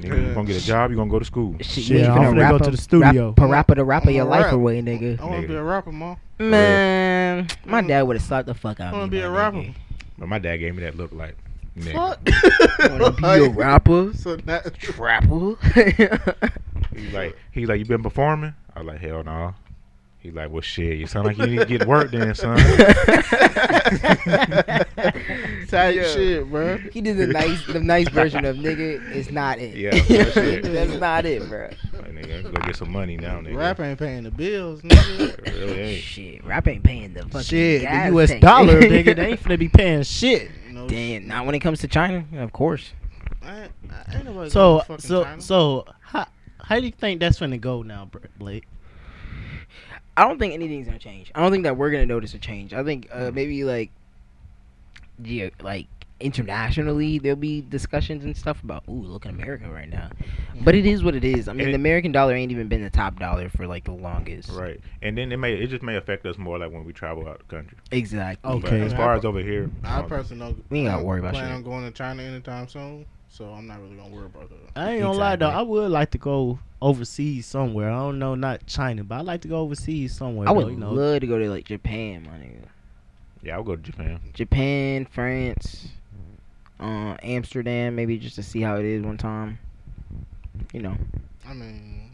gonna get a job. You gonna go to school. Shit, Shit, you ain't I'm finna finna rap go to a- the studio. Rap, a rapper to rapper your I'ma life rap. away, nigga. I want to be a rapper, mom. Man, my dad would have slapped the fuck I out of want me. to Mm. be a my rapper. nigga. But my dad gave me that look like, nigga, Wanna be a rapper? So now, Rapper? He's like, he's like, you been performing? I was like, hell no. He's like, well, shit, you sound like you need to get work then, son. type Yeah. shit, bro. He did the nice, the nice version of nigga. It's not it. Yeah, that's it. that's not it, bro. Like, nigga, I can go get some money now, nigga. Rap ain't paying the bills, nigga. It really ain't. Shit, rap ain't paying the fucking Shit, the gas U.S. tank. dollar, nigga, they ain't finna be paying shit. No, Damn, not when it comes to China, of course. I ain't, I ain't nobody So, going to fucking so, China. so, how, how do you think that's finna go now, Br- Blake? I don't think anything's gonna change. I don't think that we're gonna notice a change. I think uh, maybe like, yeah, like internationally there'll be discussions and stuff about ooh look at America right now, but it is what it is. I mean, And- the American dollar ain't even been the top dollar for like the longest. Right. And then it may, it just may affect us more like when we travel out the country. Exactly. Okay. But as far as over here, um, I I don't- personally don't We ain't gotta I worry about plan shit. on going to China anytime soon, so I'm not really gonna worry about that. I ain't gonna lie though, I Exactly. would like to go overseas somewhere. I don't know, not China, but I like to go overseas somewhere. I though, would you know. love to go to like Japan, my nigga. yeah, I'll go to Japan. Japan, France, uh, Amsterdam, maybe just to see how it is one time. You know, I mean,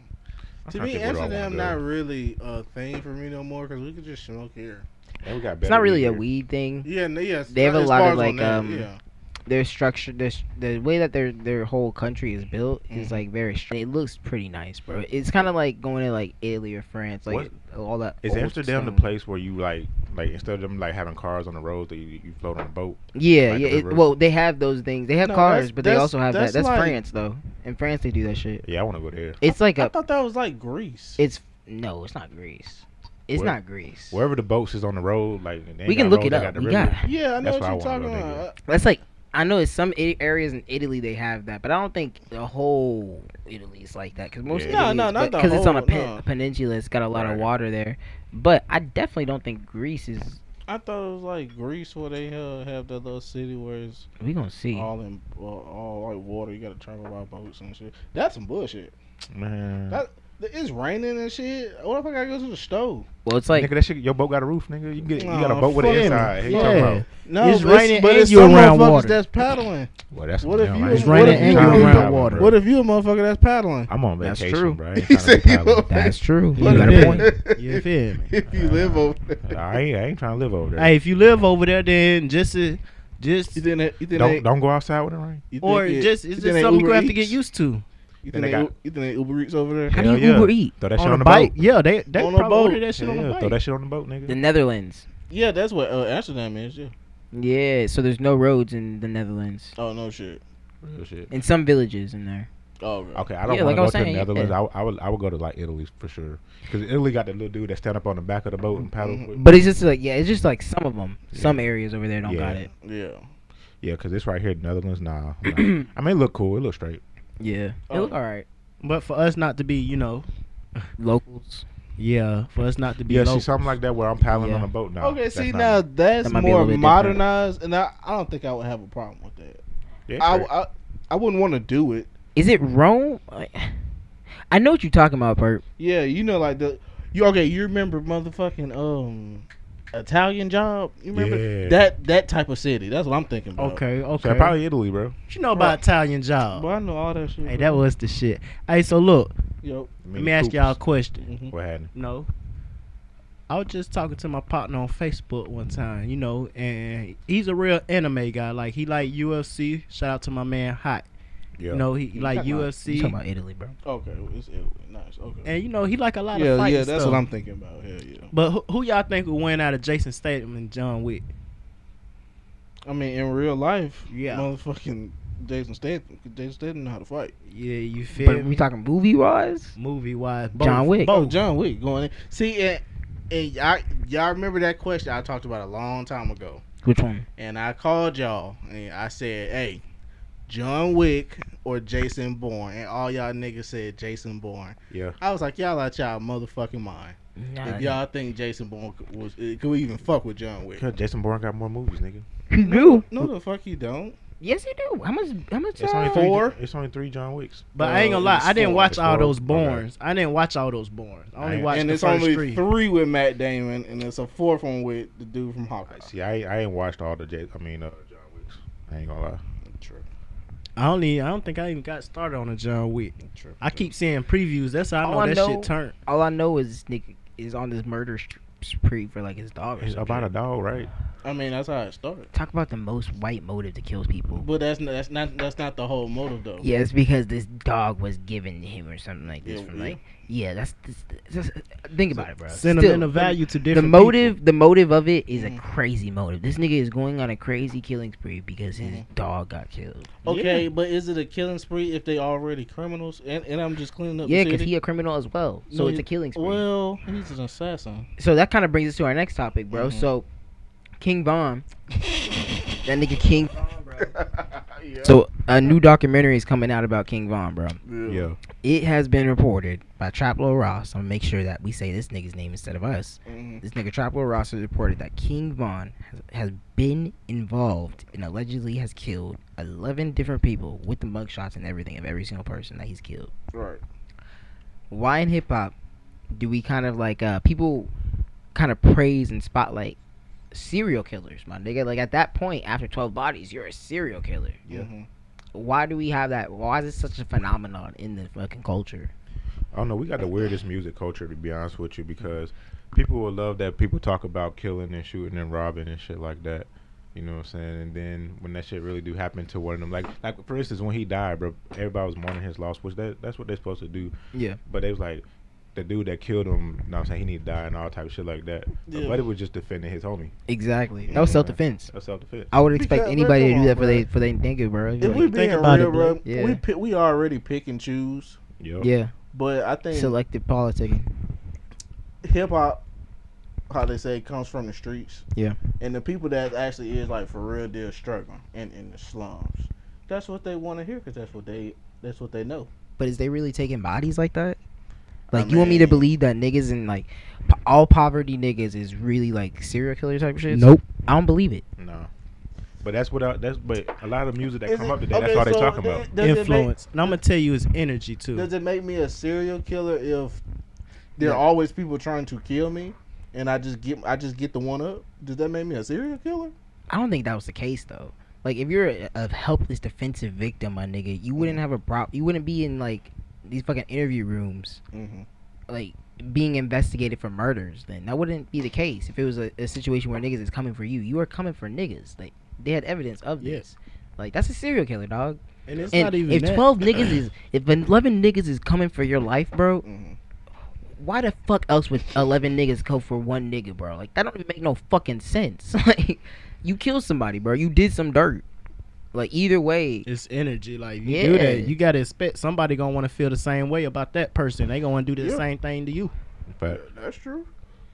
I'm to trying me, think where do I Amsterdam wanna not go. really a thing for me no more because we could just smoke here. Yeah, we got it's not better really a here. weed thing. Yeah, n- yes. They have a as lot far as of, on like, that, um, yeah. Their structure, their, s- the way that their their whole country is built is Mhm. Mm-hmm. like very. Str- it looks pretty nice, bro. It's kind of like going to like Italy or France, like all that. Is old Amsterdam the stone. place where you like, like instead of them like having cars on the road, that you, you float on a boat? Yeah, like yeah. the It, river? well, they have those things. They have No, cars, that's- but they that's- also have that's that. That's like- France though. In France, they do that shit. Yeah, I want to go there. It's like I a. thought that was like Greece. It's no, it's not Greece. It's Where- not Greece. Wherever the boats is on the road, like they ain't we can got look roads, it they up. the we river. got. yeah, I know that's what why you're I wanna talking go, nigga. about. That's like I know it's some i- areas in Italy they have that, but I don't think the whole Italy's like that because most Yeah. No, Italy no, is- not but- the it's on a whole, pen- no. peninsula. It's got a lot Right. of water there, but I definitely don't think Greece is. I, I thought it was like Greece where they uh, have that little city where it's We gonna see. all in uh, all like water. You gotta travel by boats and shit. That's some bullshit. Man, That- It's raining and shit. What if I gotta go to the stove? Well, it's like nigga, that shit, your boat got a roof, nigga. You can get, you got a Aw, boat with an fuck it. inside. Yeah. Yeah. Talking about? No, It's but raining but and it's you some around motherfuckers water. That's paddling. Well, that's What if damn, you- I It's ain't- raining I ain't and trying you're to be around paddling, water. bro. What if you a motherfucker that's paddling? I'm on That's vacation, true. bro. I ain't He trying to said, be paddling. that's true. You You got a did. point. You feel me? if you live over there. I ain't, I ain't trying to live over there. Hey, if you live over there, then just uh, just You think that, you think don't they, don't go outside with it, right? you think or it- just you it's think just they something you Uber have to get Eats? used to. You Then think they they, got- U- you think they Uber Eats over there? How do Hell you yeah. Uber eat? Throw that on, shit a on the bike, boat. yeah, they they On a probably boat. order that shit yeah, on a throw bike. that shit on the boat, nigga. The Netherlands. Yeah, that's what uh, Amsterdam is. Yeah. Yeah, so there's no roads in the Netherlands. Oh no shit. Real shit. In some villages in there. Oh okay. Okay, I don't Yeah, want like I to go to was saying, the yeah. Netherlands. I, would- I would I would go to like Italy for sure because Italy got that little dude that stand up on the back of the boat and paddle. Mhm. with- But it's just like yeah, it's just like some of them, some areas over there don't got Yeah. it. Yeah. Yeah, because this right here, Netherlands. Nah, nah. I mean, it look cool. It look straight. Yeah, it Oh. look all right. But for us not to be, you know, Locals. yeah, for us not to be Yeah, local. see something like that where I'm paddling Yeah. on a boat now. okay, see Oh, not now me. that's That might be a more little bit different. modernized, and I, I don't think I would have a problem with that. Yeah, I, straight. I I wouldn't want to do it. Is it Rome? I- I know what you're talking about, Bert. Yeah, you know, like the you okay? You remember motherfucking um Italian job? You remember Yeah. that that type of city? That's what I'm thinking about. Uh, Okay, okay. So probably Italy, bro. What you know about Italian job? But I know all that shit. Hey, that was the shit. Hey, so look, yo. I let mean, me ask coops. y'all a question. mhm. What happened? No. I was just talking to my partner on Facebook one time, you know, and he's a real anime guy. Like he like UFC. Shout out to my man Hot. Yeah. You know, he like talking about- You UFC. talking about Italy, bro? Okay, it's Italy. Nice. Okay. and you know, he like a lot of yeah, fighting yeah, that's stuff. what I'm thinking about. Hell yeah. But who, who y'all think would win out of Jason Statham and John Wick? I mean, in real life, Yeah. motherfucking Jason Statham. Jason Statham know how to fight. Yeah, you feel But we me? talking movie wise? Movie wise, John Wick. Oh, John Wick going in. See, and, and y'all, y'all remember that question I talked about a long time ago. Which one? And I called y'all and I said, hey, John Wick or Jason Bourne. And all y'all niggas said Jason Bourne. Yeah. I was like, y'all out y'all motherfucking mind. Nah, if y'all think Jason Bourne could- was, eh, could even fuck with John Wick. Jason Bourne got more movies, nigga. he do. No, the fuck you don't. Yes, he do. How much? How much? It's only uh, three. Four? It's only three John Wicks. But Uh, I ain't gonna lie, it's I didn't four. watch It's all four? those Okay. Borns. I didn't watch all those Borns. I only Damn. watched and the it's first only three. three with Matt Damon, and it's a fourth one with the dude from Hawkeye. See, I I ain't watched all the J. I mean, uh, John Wicks. I ain't gonna lie. True, I only I don't think I even got started on a John Wick. true. I keep seeing previews. That's how I know All I that know- shit turned. All I know is this nigga is on this murder st- spree for like his dog. Or It's some about a shit. dog, right? I mean, that's how it started. Talk about the most white motive to kill people. But that's not, that's not that's not the whole motive though. Yeah, it's because this dog was given to him or something like this. Yeah, from yeah. like, yeah, that's, that's, that's think about it, bro. Sentimental Still, value to The different motive, the motive of it is a Mhm. crazy motive. This nigga is going on a crazy killing spree because his Mm-hmm. dog got killed. Okay, but is it a killing spree if they already criminals? And, and I'm just cleaning up. Yeah, the because city? he a criminal as well, so No, it's he- a killing spree. Well, he's an assassin. so that kind of brings us to our next topic, bro. Mhm. So, King Von, that nigga King. yeah. So a new documentary is coming out about King Von, bro. Yeah. It has been reported by Traplo Ross. I'm gonna make sure that we say this nigga's name instead of us. Mm-hmm. This nigga Traplo Ross has reported that King Von has, has been involved and allegedly has killed 11 different people with the mugshots and everything of every single person that he's killed. Right. Why in hip hop do we kind of like uh people kind of praise and spotlight serial killers, my nigga? Like at that point, after 12 bodies, you're a serial killer. Yeah. Mhm. Why do we have that? Why is it such a phenomenon in the fucking culture? I don't know. We got the weirdest music culture, to be honest with you, because people will love that people talk about killing and shooting and robbing and shit like that. You know what I'm saying? And then when that shit really do happen to one of them, like like for instance, when he died, bro, everybody was mourning his loss, which that that's what they're supposed to do. Yeah. But they was like, the dude that killed him, you know what I'm saying, he need to die and all type of shit like that. Yeah. But it was just defending his homie. Exactly. That was self-defense. That's self defense. I would expect Because, bro, anybody to come do on, that for bro. they- for they nigga, bro. If we being about real, it, bro, Yeah. we pick, we already pick and choose. Yep. yeah. But I think selective politicking. hip hop, how they say, it, comes from the streets. Yeah. And the people that actually is like for real deal struggling and in the slums, that's what they want to hear because that's what they that's what they know. But is they really taking bodies like that? I Like you want me to mean- believe that niggas in like po- all poverty niggas is really like serial killer type of shit? Nope. I don't believe it. No. But that's what I, that's but a lot of music that Is come it- up today, okay, that's all they so talking does about. it- does it make- influence. and I'm gonna tell you, it's energy too. Does it make me a serial killer if there Yeah. are always people trying to kill me, and I just get I just get the one up? Does that make me a serial killer? I don't think that was the case though. Like if you're a, a helpless defensive victim, my nigga, you wouldn't have a prop. You wouldn't be in like these fucking interview rooms, Mm-hmm. like being investigated for murders. Then that wouldn't be the case if it was a, a situation where niggas is coming for you. You are coming for niggas. Like they had evidence of Yeah. this. Like that's a serial killer, dog. and it's And not even if that. 12 niggas is if 11 niggas is coming for your life, bro, Mm-hmm. why the fuck else would 11 niggas go for one nigga, bro? Like that don't even make no fucking sense. like you killed somebody, bro. You did some dirt. Like either way, It's energy. Like you do Yeah. that, you gotta expect somebody gonna want to feel the same way about that person. They gonna do the Yeah. same thing to you. But That's true.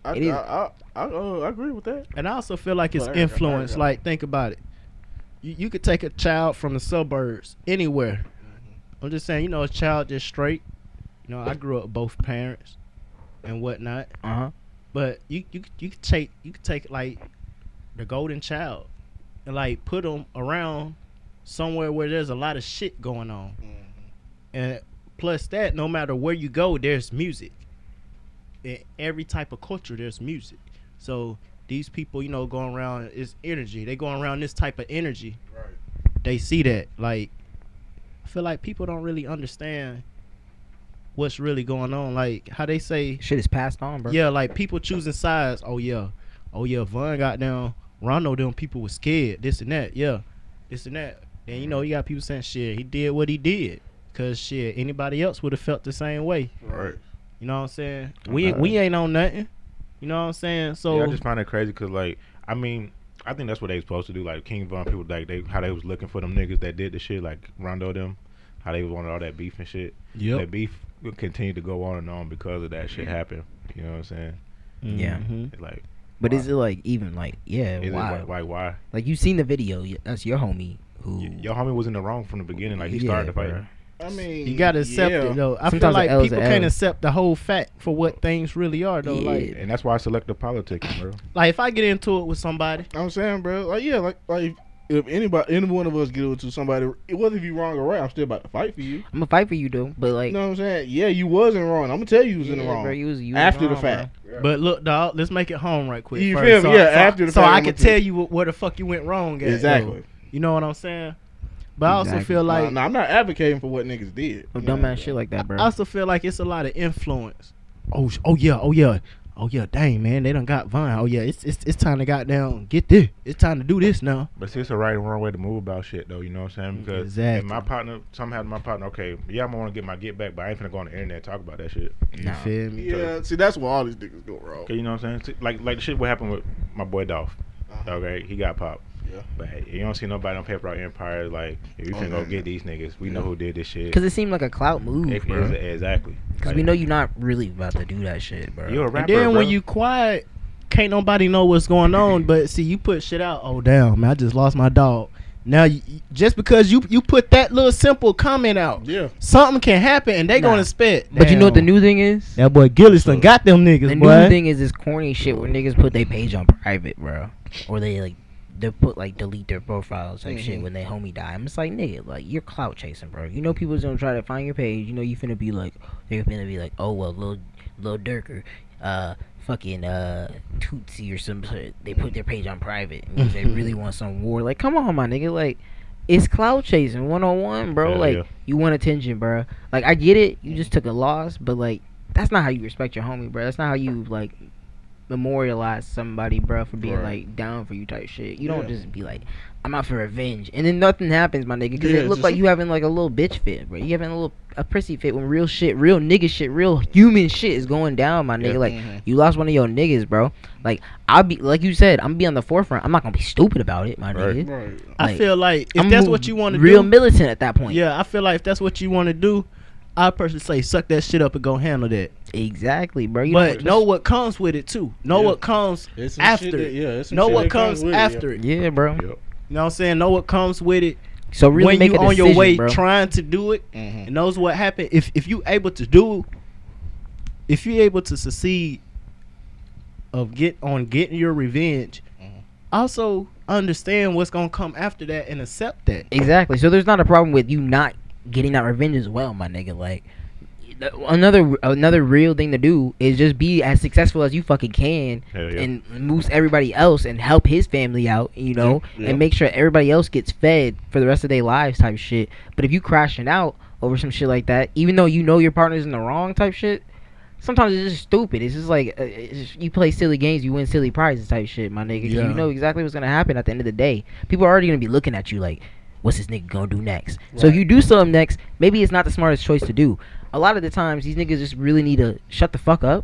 I It is. I, I, I, uh, I agree with that. And I also feel like it's Well, there you go, there you influence. go. Like think about it. You, you could take a child from the suburbs anywhere. Mm-hmm. I'm just saying, you know, a child just straight. You know, I grew up both parents and whatnot. uh-huh. But you you you could take you could take like the golden child and like put them around somewhere where there's a lot of shit going on. And plus that, no matter where you go, there's music. In every type of culture, there's music. So these people, you know, going around it's energy. They going around this type of energy. Right. They see that. Like I feel like people don't really understand what's really going on. Like how they say Shit is passed on, bro. yeah, like people choosing sides. Oh yeah, oh yeah. Von got down. Rondo, them people was scared. This and that. Yeah, this and that. And you know, you got people saying shit. He did what he did. Cause shit, anybody else would have felt the same way. Right. You know what I'm saying? We Okay. we ain't on nothing. You know what I'm saying? So yeah, I just find it crazy because, like, I mean, I think that's what they was supposed to do. Like King Von, people like they how they was looking for them niggas that did the shit, like Rondo them, how they wanted all that beef and shit. That beef will continue to go on and on because of that shit happened. You know what I'm saying? Yeah. Mhm. It's like, But is it like even like yeah, is why? it like, like why? Like you seen the video. y- That's your homie who Y- Your homie was in the wrong from the beginning. Like he Yeah, started the fight. bruh. I mean, You gotta accept yeah. it though. I Sometimes the feel L's like people are can't L's. accept the whole fact for what things really are though. Like And that's why I selected politics, bro. like if I get into it with somebody, I'm saying, bro. Like, yeah, like, like if anybody, any one of us get into somebody, it wasn't if you wrong or right. I'm still about to fight for you. I'm gonna fight for you though, but like You know what I'm saying? Yeah, you wasn't wrong. I'm gonna tell you you was in the yeah, wrong bro, you was- you was after the wrong, bro. fact. But look, dog, let's make it home right quick. You first, feel me? So, Yeah, so- after the so fact, I I'm can with you. tell you wh- where the fuck you went wrong at. Exactly. You know what I'm saying? But I also Exactly. feel Like, like I'm not advocating for what niggas did. No You know? dumbass shit like that, bro. I also feel like it's a lot of influence. Oh, sh- oh yeah, oh yeah, oh yeah. Dang man, they done got Vine. Oh yeah, it's it's it's time to goddamn get this. It's time to do this now. But see, it's a right and wrong way to move about shit, though. You know what I'm saying? Because if Exactly. my partner, somehow my partner, okay, yeah, I'm gonna want to get my get back, but I ain't finna go on the internet and talk about that shit. You feel me? Yeah, see, that's where all these niggas go wrong. Okay, you know what I'm saying? See, Like, like the shit what happened with my boy Dolph. Uh-huh. Okay, he got popped. Yeah. But hey, you don't see nobody on Paper Out Empire like, if you Oh, finna no, go no. get these niggas, we know who did this shit. Because it seemed like a clout move, It- bro. it's- exactly. Because we know you're not really about to do that shit, bro. You're a And rapper. then when bro. you quiet, can't nobody know what's going on. But see, you put shit out. Oh damn, man, I just lost my dog. Now, you, you- just because you you put that little simple comment out, Yeah. something can happen, and they Nah. gonna spit. but you know what the Damn. new thing is? that boy Gillis done got them niggas, the boy. new thing is this corny shit where niggas put their page on private, bro. Or they like they put like delete their profiles type shit Mhm. when they homie die. I'm just like nigga, like you're clout chasing, bro. You know people's gonna try to find your page. You know you finna be like they're finna be like, oh well, little little Durker, uh, fucking uh, Tootsie or some shit. They put their page on private. And means they really want some war. Like come on, my nigga, like. It's clout chasing one on one, bro. Yeah, like yeah. you want attention, bro. Like I get it, you just took a loss, but like that's not how you respect your homie, bro. That's not how you like memorialize somebody, bro, for being Right. like down for you type shit. You don't Yeah. just be like, I'm out for revenge, and then nothing happens, my nigga, because Yeah, it looked just- like you having like a little bitch fit, bro. You having a little a prissy fit when real shit, real nigga shit, real human shit is going down, my nigga. Like Mhm. you lost one of your niggas, bro. Like I'll be like you said, I'm be on the forefront. I'm not gonna be stupid about it, my Right. nigga. Right. I like, feel like if I'm that's a what you want to do, real militant at that point. yeah, I feel like if that's what you want to do, I personally say suck that shit up and go handle that. exactly, bro. You but don't know what comes with it too. Know Yeah. what comes It's some after. shit that- it. yeah, it's some know shit what that comes, comes with it, yeah. after. It, yeah, bro. Yep. You know what I'm saying? Know what comes with it. So really when make you a on your decision, way bro. trying to do it Mhm. and knows what happened. If if you able to do, if you able to succeed of get on getting your revenge, Mm-hmm. Mhm. also understand what's gonna come after that and accept that. Exactly. So there's not a problem with you not getting that revenge as well, my nigga. Like th- another another real thing to do is just be as successful as you fucking can Hell yeah. and moves everybody else and help his family out, you know, Yeah, yeah. and make sure everybody else gets fed for the rest of their lives type shit. But if you crashing out over some shit like that, even though you know your partner's in the wrong type shit, sometimes it's just stupid. It's just like uh, it's just- you play silly games, you win silly prizes type shit, my nigga. 'cause Yeah. You know exactly what's gonna happen at the end of the day. People are already gonna be looking at you like, what's this nigga gonna do next? So if Right. you do something next, maybe it's not the smartest choice to do. A lot of the times, these niggas just really need to shut the fuck up,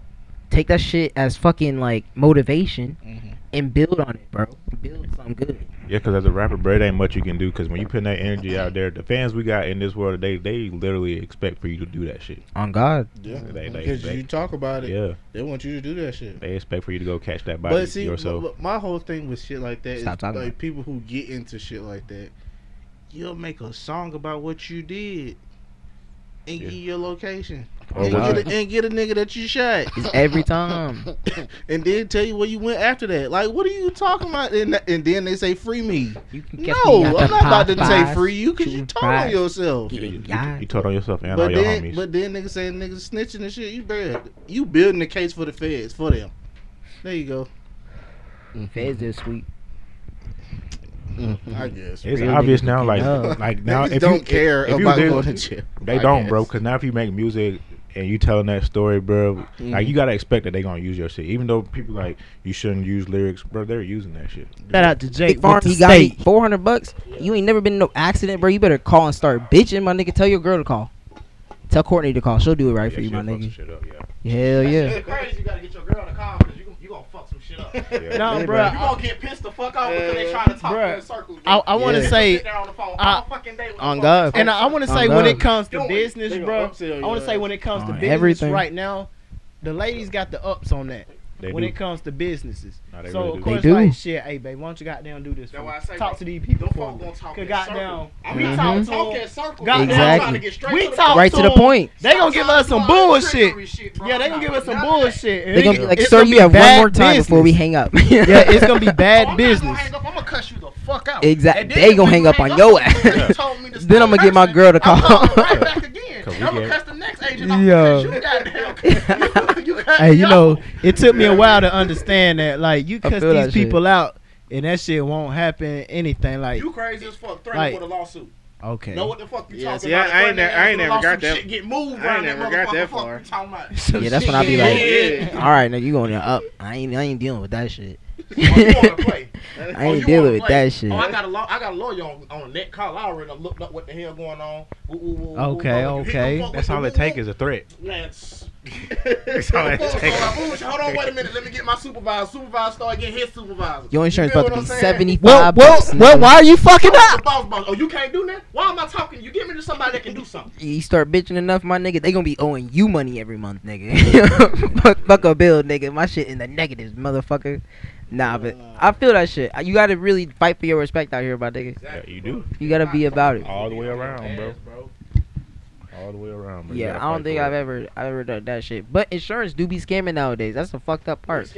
take that shit as fucking like motivation, Mhm. and build on it, bro. Build something good. Yeah, because as a rapper, bro, it ain't much you can do. Because when you put that energy out there, the fans we got in this world, they they literally expect for you to do that shit. On God, Yeah. They- they- Because they- you talk about it, Yeah, they want you to do that shit. they expect for you to go catch that body But see, yourself. look, my whole thing with shit like that is Stop like talking about it. people who get into shit like that, you'll make a song about what you did and Yeah. Oh, give your location Or and, what get you- a, and get a nigga that you shot it's every time. and then tell you where you went after that. Like, what are you talking about? And, th- and then they say, free me. You can catch No, me I'm not at the about to Popeyes say free you because you shooting told on fries. yourself. Yeah, you, Yeah. you, you told on yourself and But all your then, homies. but then niggas saying niggas snitching and shit. You bad. You building the case for the feds for them. There you go. Feds this sweet. I guess. Mm-hmm. it's real obvious niggas now, can like know. like now Niggas if don't you care if, if you about do- going to jail. they I don't, bro. guess. Because now if you make music and you telling that story, bro, like Mhm. you gotta expect that they gonna use your shit. Even though people like you shouldn't use lyrics, bro, they're using that shit. Shout out to Jake Big Farm, with the he got me steak. 400 bucks. You ain't never been in no accident, bro. You better call and start bitching, my nigga. Tell your girl to call. Tell Courtney to call. She'll do it right Yeah, for you, my shit fucks the nigga. shit up, yeah. Hell yeah. crazy. You gotta get your girl in the car because you, you gonna fuck some shit up. You Yeah. No, Hey, bro. bro. I, gonna get pissed the fuck off because they trying to talk Bruh. in circles. I, want to Yeah. say, Sit there on the phone I- all fucking day. with the on phone. God. and I, want to Oh, say when God. it comes to Doing it. business, They gonna bro. upsell I your want to say ass. when it comes to On business everything. right now, the ladies got the ups on that. They when do. it comes to businesses. Nah, they so really of do. course, They do. like shit, hey babe, why don't you goddamn do this? That's for why me? I say, talk bro, to these people them for folk me. gonna talk Cause in goddamn, circles. we We Mhm. talk, Mhm. talk in circles. Goddamn. I'm trying to Exactly. get straight We to the talk- Right to the So- point. They gonna give us some Sometimes it's bullshit. trickery shit, bro. Yeah, they I'm gonna give not us some with none of that. bullshit. They gonna be like, It's sir, you be have one bad more time before we business." hang up. yeah, it's gonna be Oh, bad I'm not gonna business. hang up. I'm gonna cuss you the fuck out. Exact- And then they if gonna you hang up on hang your up, ass. you told me to Then I'ma get my person, girl to I'm call. calling right back again. Cause we I'm gonna get- catch the next agent. Yo. Yo. You goddamn. you, you got Hey, you know, it took me a while to understand that. Like, you I cuss feel that these shit. people out, and that shit won't happen. Anything like you crazy as fuck. Threatened Like- with a lawsuit. okay. Know what the fuck you Yeah, talking see, I- about? I ain't ne- I ain't Threatening never got lawsuit that- Shit get moved. I ain't around never got that motherfucker. Fuck far. you talking about? Yeah, that's when I be Yeah, like, yeah. all right, now you going to up. I ain't, I ain't dealing with that shit. Oh, you wanna play? I Oh, ain't you dealing wanna with play? that shit. Oh, I got a law. I got a lawyer on, on that call. I already done looked up what the hell going on. Woo, woo, woo, woo, Okay, woo. If you okay. don't fuck with That's the all woo, it takes woo, is a threat. That's That's all it Hold on, takes. hold on, Hold on, wait a minute. Let me get my supervisor. Supervisor start getting his supervisor. Your insurance You feel about to be what I'm saying? seventy Well, five. well, well, why are you fucking Talk to the up? boss, boss. Oh, you can't do that? Why am I talking? You give me to somebody that can do something. You start bitching enough, my nigga. They gonna be owing you money every month, nigga. fuck, fuck a bill, nigga. My shit in the negatives, motherfucker. Nah, but I feel that shit. You gotta really fight for your respect out here, my nigga. Yeah, you do. You gotta be about it. All the way around, bro. All the way around, bro. You Yeah, gotta I fight don't think for it. I've ever, I've ever done that shit. But insurance do be scamming nowadays. That's the fucked up part.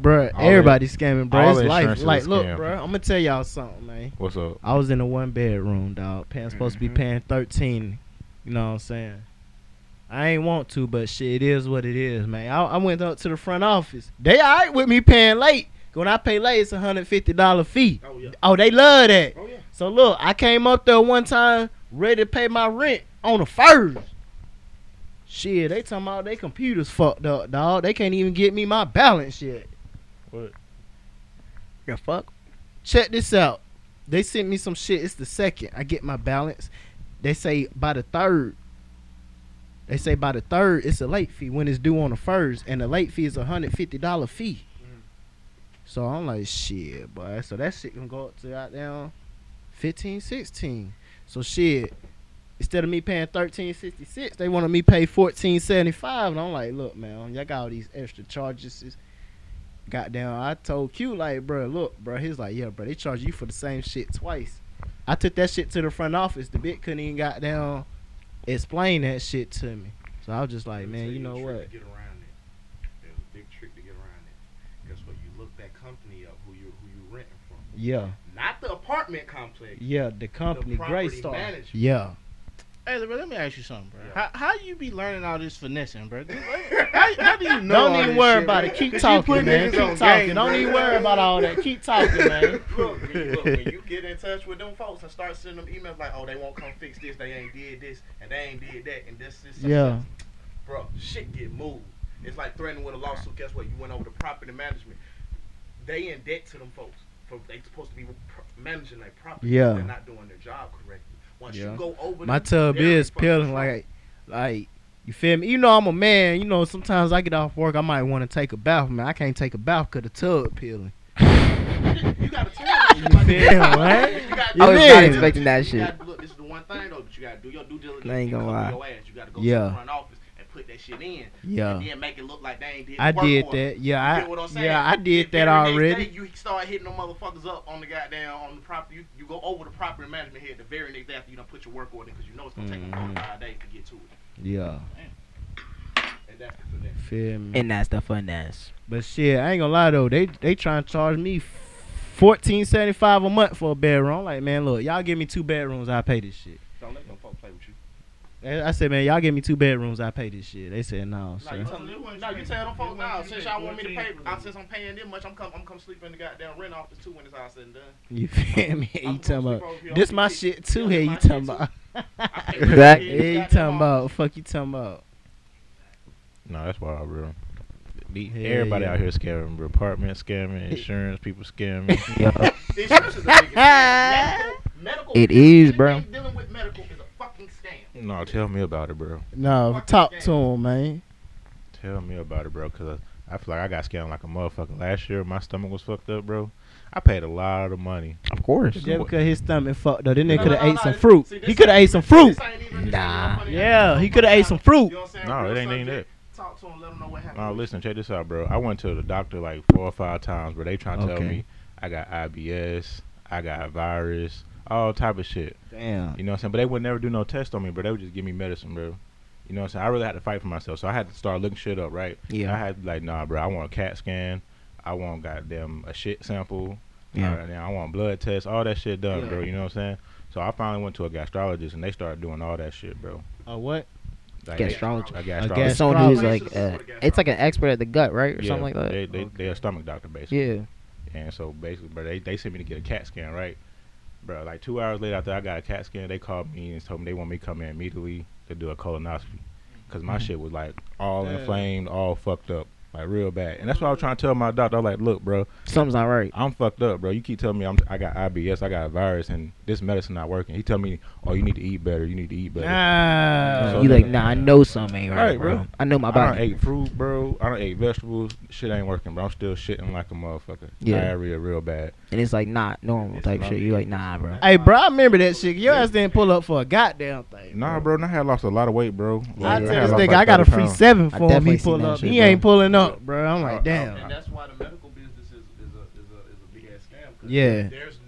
Bruh, All everybody's scamming, all bruh. It's insurance life. is a Like, look, scam. bruh, I'm gonna tell y'all something, man. What's up? I was in a one bedroom, dog. Paying supposed to Mm-hmm. Mhm. be paying thirteen. You know what I'm saying? I ain't want to, but shit, it is what it is, man. I, I went up to the front office. They all right with me paying late. When I pay late, it's a hundred fifty dollar fee. Oh, yeah. Oh, they love that. Oh, yeah. So look, I came up there one time ready to pay my rent on the first. Shit, they talking about they computers fucked up, dog. They can't even get me my balance yet. The fuck? Check this out. They sent me some shit. It's the second. I get my balance. They say by the third. They say by the third it's a late fee when it's due on the first, and the late fee is a hundred fifty dollar fee. So I'm like, shit, boy. So that shit can go up to out down 15, 16. So shit, instead of me paying thirteen sixty six, they wanted me pay fourteen seventy five, and I'm like, look, man, y'all got all these extra charges. Goddamn, I told Q like, bro, look, bro. He's like, yeah, bro, they charge you for the same shit twice. I took that shit to the front office. The bit couldn't even goddamn explain that shit to me. So I was just like, man, you know what? Get around it. There's a big trick to get around it. Guess what? You look that company up who you who you renting from. Yeah, Not the apartment complex. yeah, the company, the property Great Star. management. Yeah, Hey, bro, let me ask you something, bro. Yeah. How, how you be learning all this finessing, bro? How, how do you know? don't all even this worry shit, about bro? it. Keep You talking, putting man. niggas Keep on talking. game, don't bro. even worry about all that. Keep talking, man. look, when you, look, when you get in touch with them folks and start sending them emails like, oh, they won't come fix this, they ain't did this, and they ain't did that, and this, this, this, Yeah. this. Bro, shit get moved. It's like threatening with a lawsuit. Guess what? You went over to property management. They in debt to them folks. For they supposed to be pro- managing their property. Yeah. They're not doing their job correctly. Once Yeah. you go over my them, tub they're in is fucking peeling trouble. like like you feel me you know i'm a man you know sometimes i get off work i might want to take a bath man i can't take a bath because the tub peeling You gotta tell them. You feel me, right? You I was not did. expecting that You shit. gotta, look, this is the one thing though that you gotta do your due diligence. I ain't You gonna cover lie. Your ass. You gotta go to Yeah. the front office and put that shit in. yeah And then make it look like they ain't did. the i work did order. that yeah You get what I'm i saying? yeah i did If that every next already Day you start hitting them motherfuckers up on the goddamn on the property. You, you go over the property management head the very next day after you done put your work order because you know it's gonna take them four Mhm. to five days to get to it. yeah And that's the finesse. feel me And that's the finesse. but shit i ain't gonna lie though they they trying to charge me 1475 a month for a bedroom I'm like man look y'all give me two bedrooms i pay this shit Don't let them folk play with you. And I said, man, y'all give me two bedrooms. I pay this shit. They said, no, Nah, you sir. tell them, nah, you tell them folks now. Since y'all want me to pay, I, since I'm paying this much, I'm come, I'm come sleep in the goddamn rent office too when it's all said and done. You feel me? You I'm talking gonna about sleep over here. this? I'm My gonna shit keep- too. yeah, Hey, this you my talking shit about? I pay for Exactly. this Hey, you goddamn talking office. about? Fuck you talking about? No, that's wild, bro. The- Hell Everybody yeah. out here scamming, bro. Apartment scamming, insurance people scamming. Insurance is a big scam. Medical, medical, It is, anything bro. Dealing with medical is a fucking scam. no, tell me about it, bro. No, Fucking talk scam. to him, man. Tell me about it, bro. Cause I, I feel like I got scammed like a motherfucker last year. My stomach was fucked up, bro. I paid a lot of money. Of course. Just because his stomach fucked up, then they No, could no, have no, ate no, some this- fruit. see, this He could have ain't- ate some fruit. this ain't even- this ain't Nah. even funny. Yeah, he could have ate some fruit. You know what I'm saying? No, Real it ain't even subject. Talk to him, let him know what happened. Oh, listen, check this out, bro. I went to the doctor like four or five times, but they trying to Okay. tell me I got IBS, I got virus, all type of shit. Damn. You know what I'm saying? But they would never do no test on me, bro. They would just give me medicine, bro. You know what I'm saying? I really had to fight for myself. So I had to start looking shit up, right? Yeah. I had to be like, nah, bro, I want a CAT scan. I want goddamn a shit sample. Yeah. Yeah. I want blood tests, all that shit done, Yeah. bro. You know what I'm saying? So I finally went to a gastrologist and they started doing all that shit, bro. A what? Like Gastrologist. A gastrologist. gas- It's someone who's probably like, should have uh, supported it's like an expert at the gut, right, or something like that. They, they, They're a stomach doctor, basically. yeah. And so basically, bro, they, they sent me to get a CAT scan, right? Bro, like two hours later after I got a CAT scan, they called me and told me they want me to come in immediately to do a colonoscopy. Because Mm-hmm. my shit was like all Yeah. inflamed, all fucked up, like real bad. And that's what I was trying to tell my doctor. I was like, look, bro, Something's not right. I'm fucked up, bro. You keep telling me I'm, I got IBS, I got a virus, and this medicine not working. He tell me, oh, you need to eat better, you need to eat better. Nah. So you like, they- nah, I know something ain't right, Right, bro. bro. I know my I don't body. ate fruit, bro. I don't ate vegetables. Shit ain't working, bro. I'm still shitting like a motherfucker. Yeah. Diarrhea real bad. And it's like not normal It's type not- shit. You like, nah, bro. Hey, bro, I remember that shit. Your ass didn't pull up for a goddamn thing. Nah, bro, and I had lost a lot of weight, bro. I Like, tell had this lost nigga, like I got a 30 free pounds. seven I for him. definitely He seen pull that up. shit, He bro. ain't pulling up, bro. I'm I- I- like, damn. And that's why the medical business is, is a is a is a big ass scam. 'cause Yeah. There's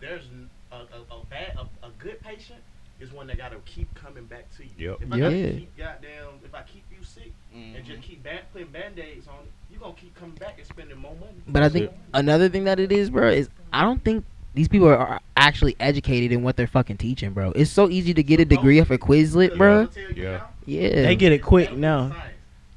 there's n- a, a, a bad a, a good patient is one that gotta keep coming back to you. Yep. Mm-hmm. If I Yeah. gotta keep goddamn if I keep you sick and just Mhm. keep ban- putting band aids on it, you gonna keep coming back and spending more money. But I think another thing that it is, bro, is I don't think these people are, are actually educated in what they're fucking teaching, bro. It's so easy to get a degree off a Quizlet, Because bro. I'll tell you Yeah. now, Yeah. They get it quick medical now. science.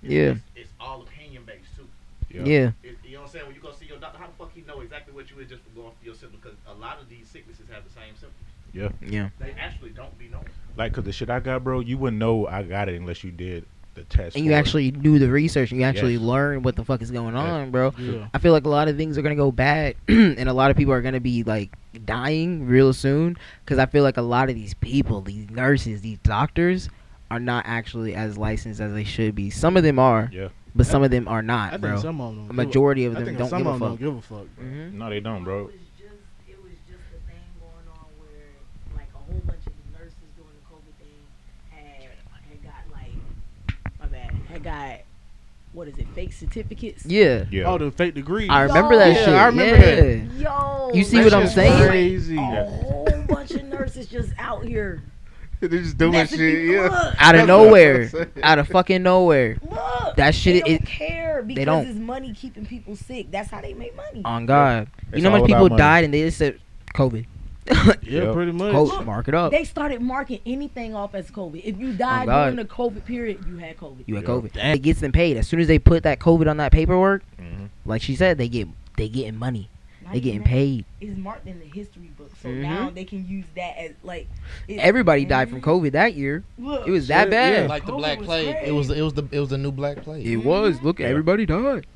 It's- Yeah. It's, it's all opinion based too. Yeah. It, you know what I'm saying? When you go see your doctor, how the fuck he know exactly what you is just from going through your symptoms? Because a lot of these sicknesses have the same symptoms. Yeah. They actually don't be known. Like, cause the shit I got, bro, you wouldn't know I got it unless you did the test. And you for it. actually do the research and you actually Yes. learn what the fuck is going on, bro. Yeah. I feel like a lot of things are gonna go bad, and a lot of people are gonna be like dying real soon. Because I feel like a lot of these people, these nurses, these doctors, are not actually as licensed as they should be. Some of them are, Yeah. but some of them are I not, think bro. some of them. a majority of I them think don't some give a of them fuck. don't give a fuck. bro. Mhm. No, they don't, bro. It was just, it was just a thing going on where, like, a whole bunch of the nurses doing the COVID thing had, had got, like, my bad, had got, what is it, fake certificates? Yeah, Yeah. Oh, the fake degree. I remember that Yeah, shit. I remember that. yeah. Yo. You see what I'm shit's saying? Crazy. A whole bunch of nurses just out here. They're just doing messing shit. people Yeah. up. Out of That's what I'm nowhere, saying. out of fucking nowhere. Look, That shit They don't is- care because don't. it's money keeping people sick. That's how they make money. On God, It's you know how all much about people money. died and they just said COVID. Yeah, Yeah, Yep. pretty much. Coach, mark it up. They started marking anything off as COVID. If you died God. during the COVID period, you had COVID. You had Yeah. COVID. It gets them paid as soon as they put that COVID on that paperwork. Mhm. Like she said, they get they getting money. Not They getting even that. paid. It's marked in the history book, so Mhm. now they can use that as like. it- Everybody died from COVID that year. Look, It was that Shit, bad. yeah. Like the Kobe Black was Plague. It was crazy. it was the it was the new Black Plague. It was. Look, Yeah. everybody died.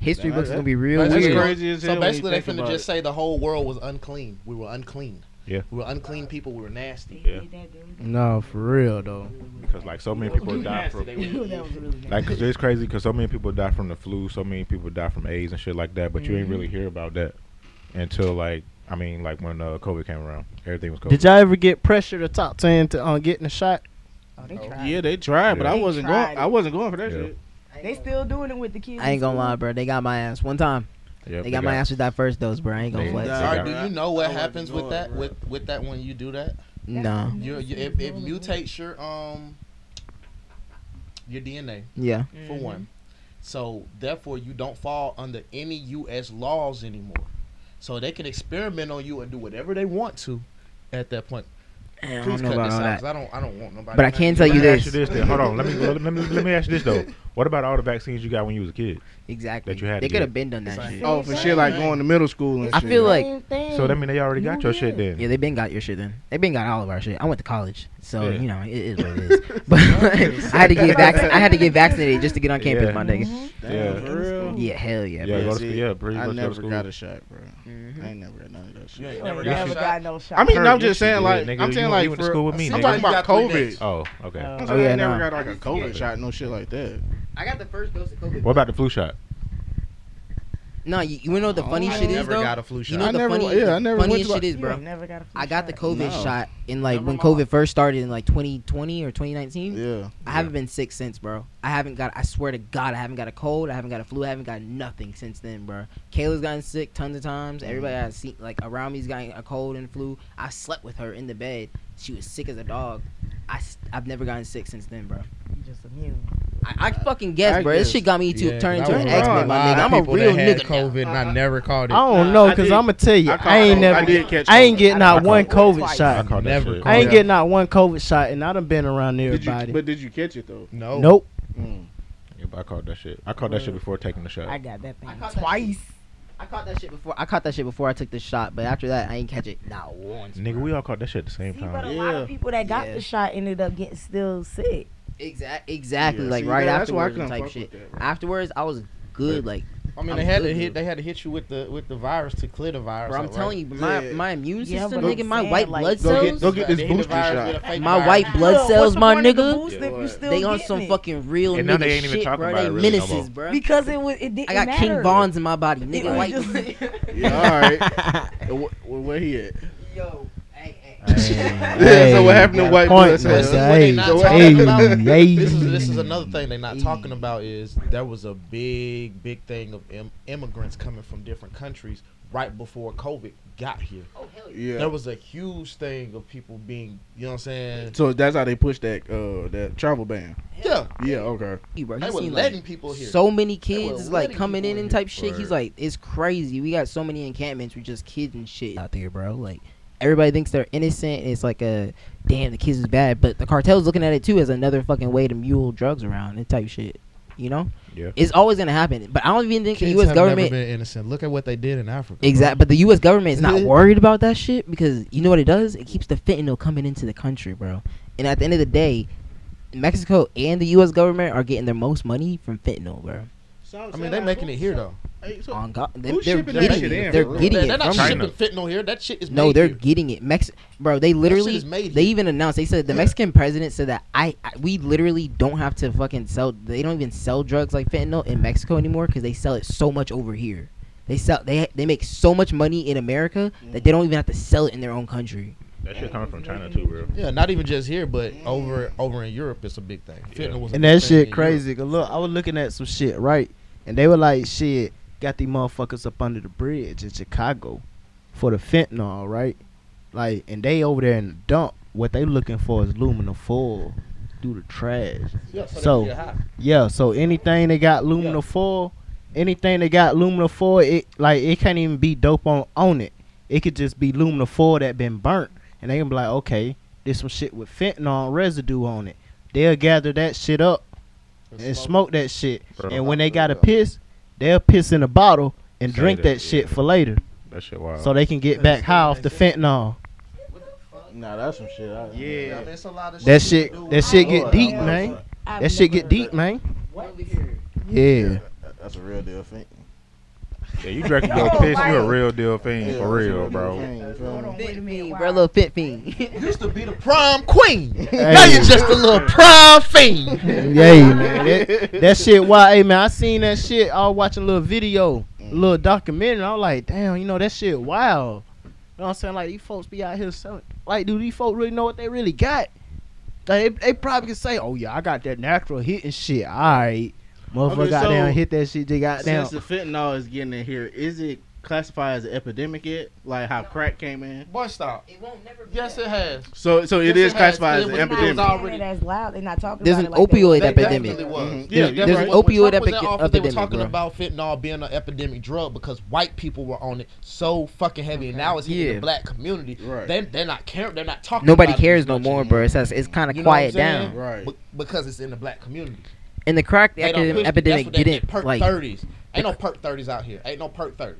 History Nah, books that- gonna be real That's That's weird. crazy as hell. So when you basically, they think finna about just it. say the whole world was unclean. We were unclean. Yeah. We were unclean people. We were nasty. They Yeah. did that, dude. Mm. No, for real though. Because like so many people die from. that was really nasty. Like, cause it's crazy, cause so many people die from the flu, so many people die from AIDS and shit like that. But you ain't really hear about that until like, I mean, like when uh, COVID came around, everything was COVID. Did y'all ever get pressure to top ten to uh, on getting a shot? Oh, they tried. Yeah, they tried, but I They wasn't tried going. it. I wasn't going for that Yeah. shit. They still doing it with the kids. I ain't gonna lie, bro. They got my ass one time. Yep, They got my ass with that first dose, bro. I ain't gonna They flex. died. Sorry, got- do you know what I wanna happens be with going, that? bro. With with that when you do that, No. you, you it, it mutates your um your DNA Yeah. for one. So therefore, you don't fall under any U.S. laws anymore. So they can experiment on you and do whatever they want to at that point. I Please don't know cut about this all out. 'cause that. I don't. I don't want nobody. But I can tell Let you me ask you this. this. Then. Hold on. Let me, let me let me ask you this though. What about all the vaccines you got when you was a kid? Exactly. that you had to They could get. have been done that It's shit. like- Oh, for shit like going to middle school and I shit. feel like- So that mean they already got your shit then. Yeah, they been got your shit then. They been got all of our shit. I went to college, so Yeah. you know it is what it is. But I had to get vac- I had to get vaccinated just to get on campus, Yeah. my nigga. Damn, Yeah. for real. Yeah, hell Yeah, yeah. bro. go to- yeah, pretty I much go to never school. got a shot, bro. Mhm. I ain't never got none of that shit. You ain't Never never got got a shot. got no shot. I mean, Kurt, no, you I'm just should saying, do like, it, nigga. I'm You saying, went- like, you went to for- school with me, I'm nigga. talking about You got three COVID. days. Oh, okay. Uh, I'm Oh, saying yeah, I never nah. got like a COVID shot, no shit like that. I got the first dose of COVID. What about the flu shot? No, you, you wanna know what the funny Oh, I shit is never though. got a flu you shot. know I what the never- funny, yeah, I the never went funniest to- shit is, You bro. ain't never got a flu I got the shot. COVID No. shot in like Never when mind. COVID first started in like 2020 or 2019. Yeah. I haven't been sick since, bro. I haven't got. I swear to God, I haven't got a cold. I haven't got a flu. I haven't got nothing since then, bro. Kayla's gotten sick tons of times. Mm-hmm. Everybody I see, like around me's gotten a cold and flu. I slept with her in the bed. She was sick as a dog. I have never gotten sick since then, bro. You just immune. I, I fucking guess, I bro. This guess. shit got me to Uh, Yeah, turn I into was an around X Men, my lot nigga. of I'm a people that real had nigga. now. COVID and I never called it. I don't Nah, know I because did. I'm gonna tell you, I I, caught ain't COVID. never, I did catch I ain't getting I not caught one COVID COVID twice. I shot. call that Never. shit. I ain't yeah. getting not one COVID shot, and I done been around Did you, everybody. but did you catch it though? No. nope. Mm. Yep, I called that shit. I called that shit before taking the shot. I got that thing caught that twice. I caught that shit before. I caught that shit before I took the shot, but after that, I ain't catch it not once. Nigga, we all caught that shit at the same See, but time. a lot Yeah. of people that got Yeah. the shot ended up getting still sick. Exact, exactly. Yeah, like see, right that- that's why I couldn't afterwards, and type fuck shit. with that, bro. afterwards, I was good. Like, I mean, I'm they had to good. hit. They had to hit you with the with the virus to clear the virus. bro, I'm out, telling right? you, my Yeah. my immune Yeah, system, but nigga, I'm my saying, white like- blood Go cells, get- go get this They hit the booster virus shot. with a fake My virus. white blood Look, what's cells, the my point of the nigga? booster if you Yeah. still they on getting some it? fucking real And now nigga they ain't even shit, talking bro. about They it really no menaces, more. bro. because it was it didn't I got King matter. Bonds in my body, nigga. was Like, just- Yeah, all right. where, where he at? yo, hey, hey. Yeah, so what happened to got a white point, blood cells? Lester. What they not talking hey, about- hey, This is this is another thing they're not talking about is there was a big big thing of Im- immigrants coming from different countries right before COVID got here. Yeah. There was a huge thing of people being, you know what I'm saying? so that's how they pushed that uh that travel ban. Yeah, Yeah, okay. bro. they You were seen, letting like, people here. so many were kids is, letting like coming people in in and here. type shit. He's Word. like, it's crazy. We got so many encampments with just kids and shit out there, bro. Like everybody thinks they're innocent. And it's like a damn, the kids is bad, but the cartel's looking at it too as another fucking way to mule drugs around and type shit. You know, Yeah. it's always gonna happen. But I don't even think the U.S. government been innocent. Look at what they did in Africa. Exactly, but the U.S. government is not worried about that shit because you know what it does? It keeps the fentanyl coming into the country, bro. And at the end of the day, Mexico and the U.S. government are getting their most money from fentanyl, bro. I mean, they're making it here though. Uh, On Oh, God, they, who's are shipping that getting shit in, it. They're for real? getting They're, it. they're not from- China. shipping fentanyl here. That shit is no, made they're here. getting it. Mex, bro. They literally, is made they here. even announced. They said the Mexican president said that I, I, we literally don't have to fucking sell. They don't even sell drugs like fentanyl in Mexico anymore because they sell it so much over here. They sell, they they make so much money in America that they don't even have to sell it in their own country. That shit coming from China too, bro. Yeah, not even just here, but over oh. over in Europe, it's a big thing. Yeah. Fentanyl was a And big that thing in shit Europe. crazy. 'cause look, I was looking at some shit, right? And they were like, shit, got these motherfuckers up under the bridge in Chicago for the fentanyl, right? Like, and they over there in the dump. What they looking for is aluminum foil through the trash. Yeah, so, So- they get high. Yeah, so anything they got aluminum Yeah. foil, anything they got aluminum foil, it like it can't even be dope on on it. It could just be aluminum foil that been burnt, and they gonna be like, okay, there's some shit with fentanyl residue on it. They'll gather that shit up and smoke that shit, Bro. and when they got to Bro. piss, they'll piss in a bottle and Say drink that, that, shit yeah. for later, That shit wild. so they can get back high off the fentanyl. Nah, that's some shit. I, Yeah, I mean, it's a lot of That shit shit, to do. that shit Oh, get deep, yeah. man. I've That shit get never- deep, man. What? Yeah. That's a real deal thing. Yeah, you drinking your Yo, piss, you a like- real deal fiend for real, bro. bro. Wait a minute, Bro, wow. little fit fiend. You used to be the prime queen. Now Hey. you're just a little prime fiend. Yeah, man. That, that shit, why, hey, man, I seen that shit. I was watching a little video, a little documentary. I was like, damn, you know, that shit wild. You know what I'm saying? Like, these folks be out here selling. Like, do these folks really know what they really got? Like, they, they probably can say, oh, yeah, I got that natural hit and shit. All right. Motherfucker Okay, got so- down, hit that shit, they got down. Since the fentanyl is getting in here, is it classified as an epidemic yet? Like how crack came in? Boy, stop. It won't never be Yes, it has. So, so it Yes, it is has. classified as It an was- it was epidemic. all- Saying it as loud. They're not talking There's about an it like they- opioid They epidemic. definitely was. Mhm. They Yeah, definitely there's an was. When opioid Trump was in epi- office, They were epidemic, talking bro. about fentanyl being an epidemic drug because white people were on it so fucking heavy, and now it's hitting Yeah. the black community. Right. They, they're not caring. They're not talking. Nobody about it cares as no much more, anymore. bro. It's it's kind You of know what I'm quiet saying? down. Right. Be- because it's in the black community. And the crack They don't academ- push- epidemic that's what they did, didn't perk like. 30s. Ain't no perk 30s out here. Ain't no perk 30s.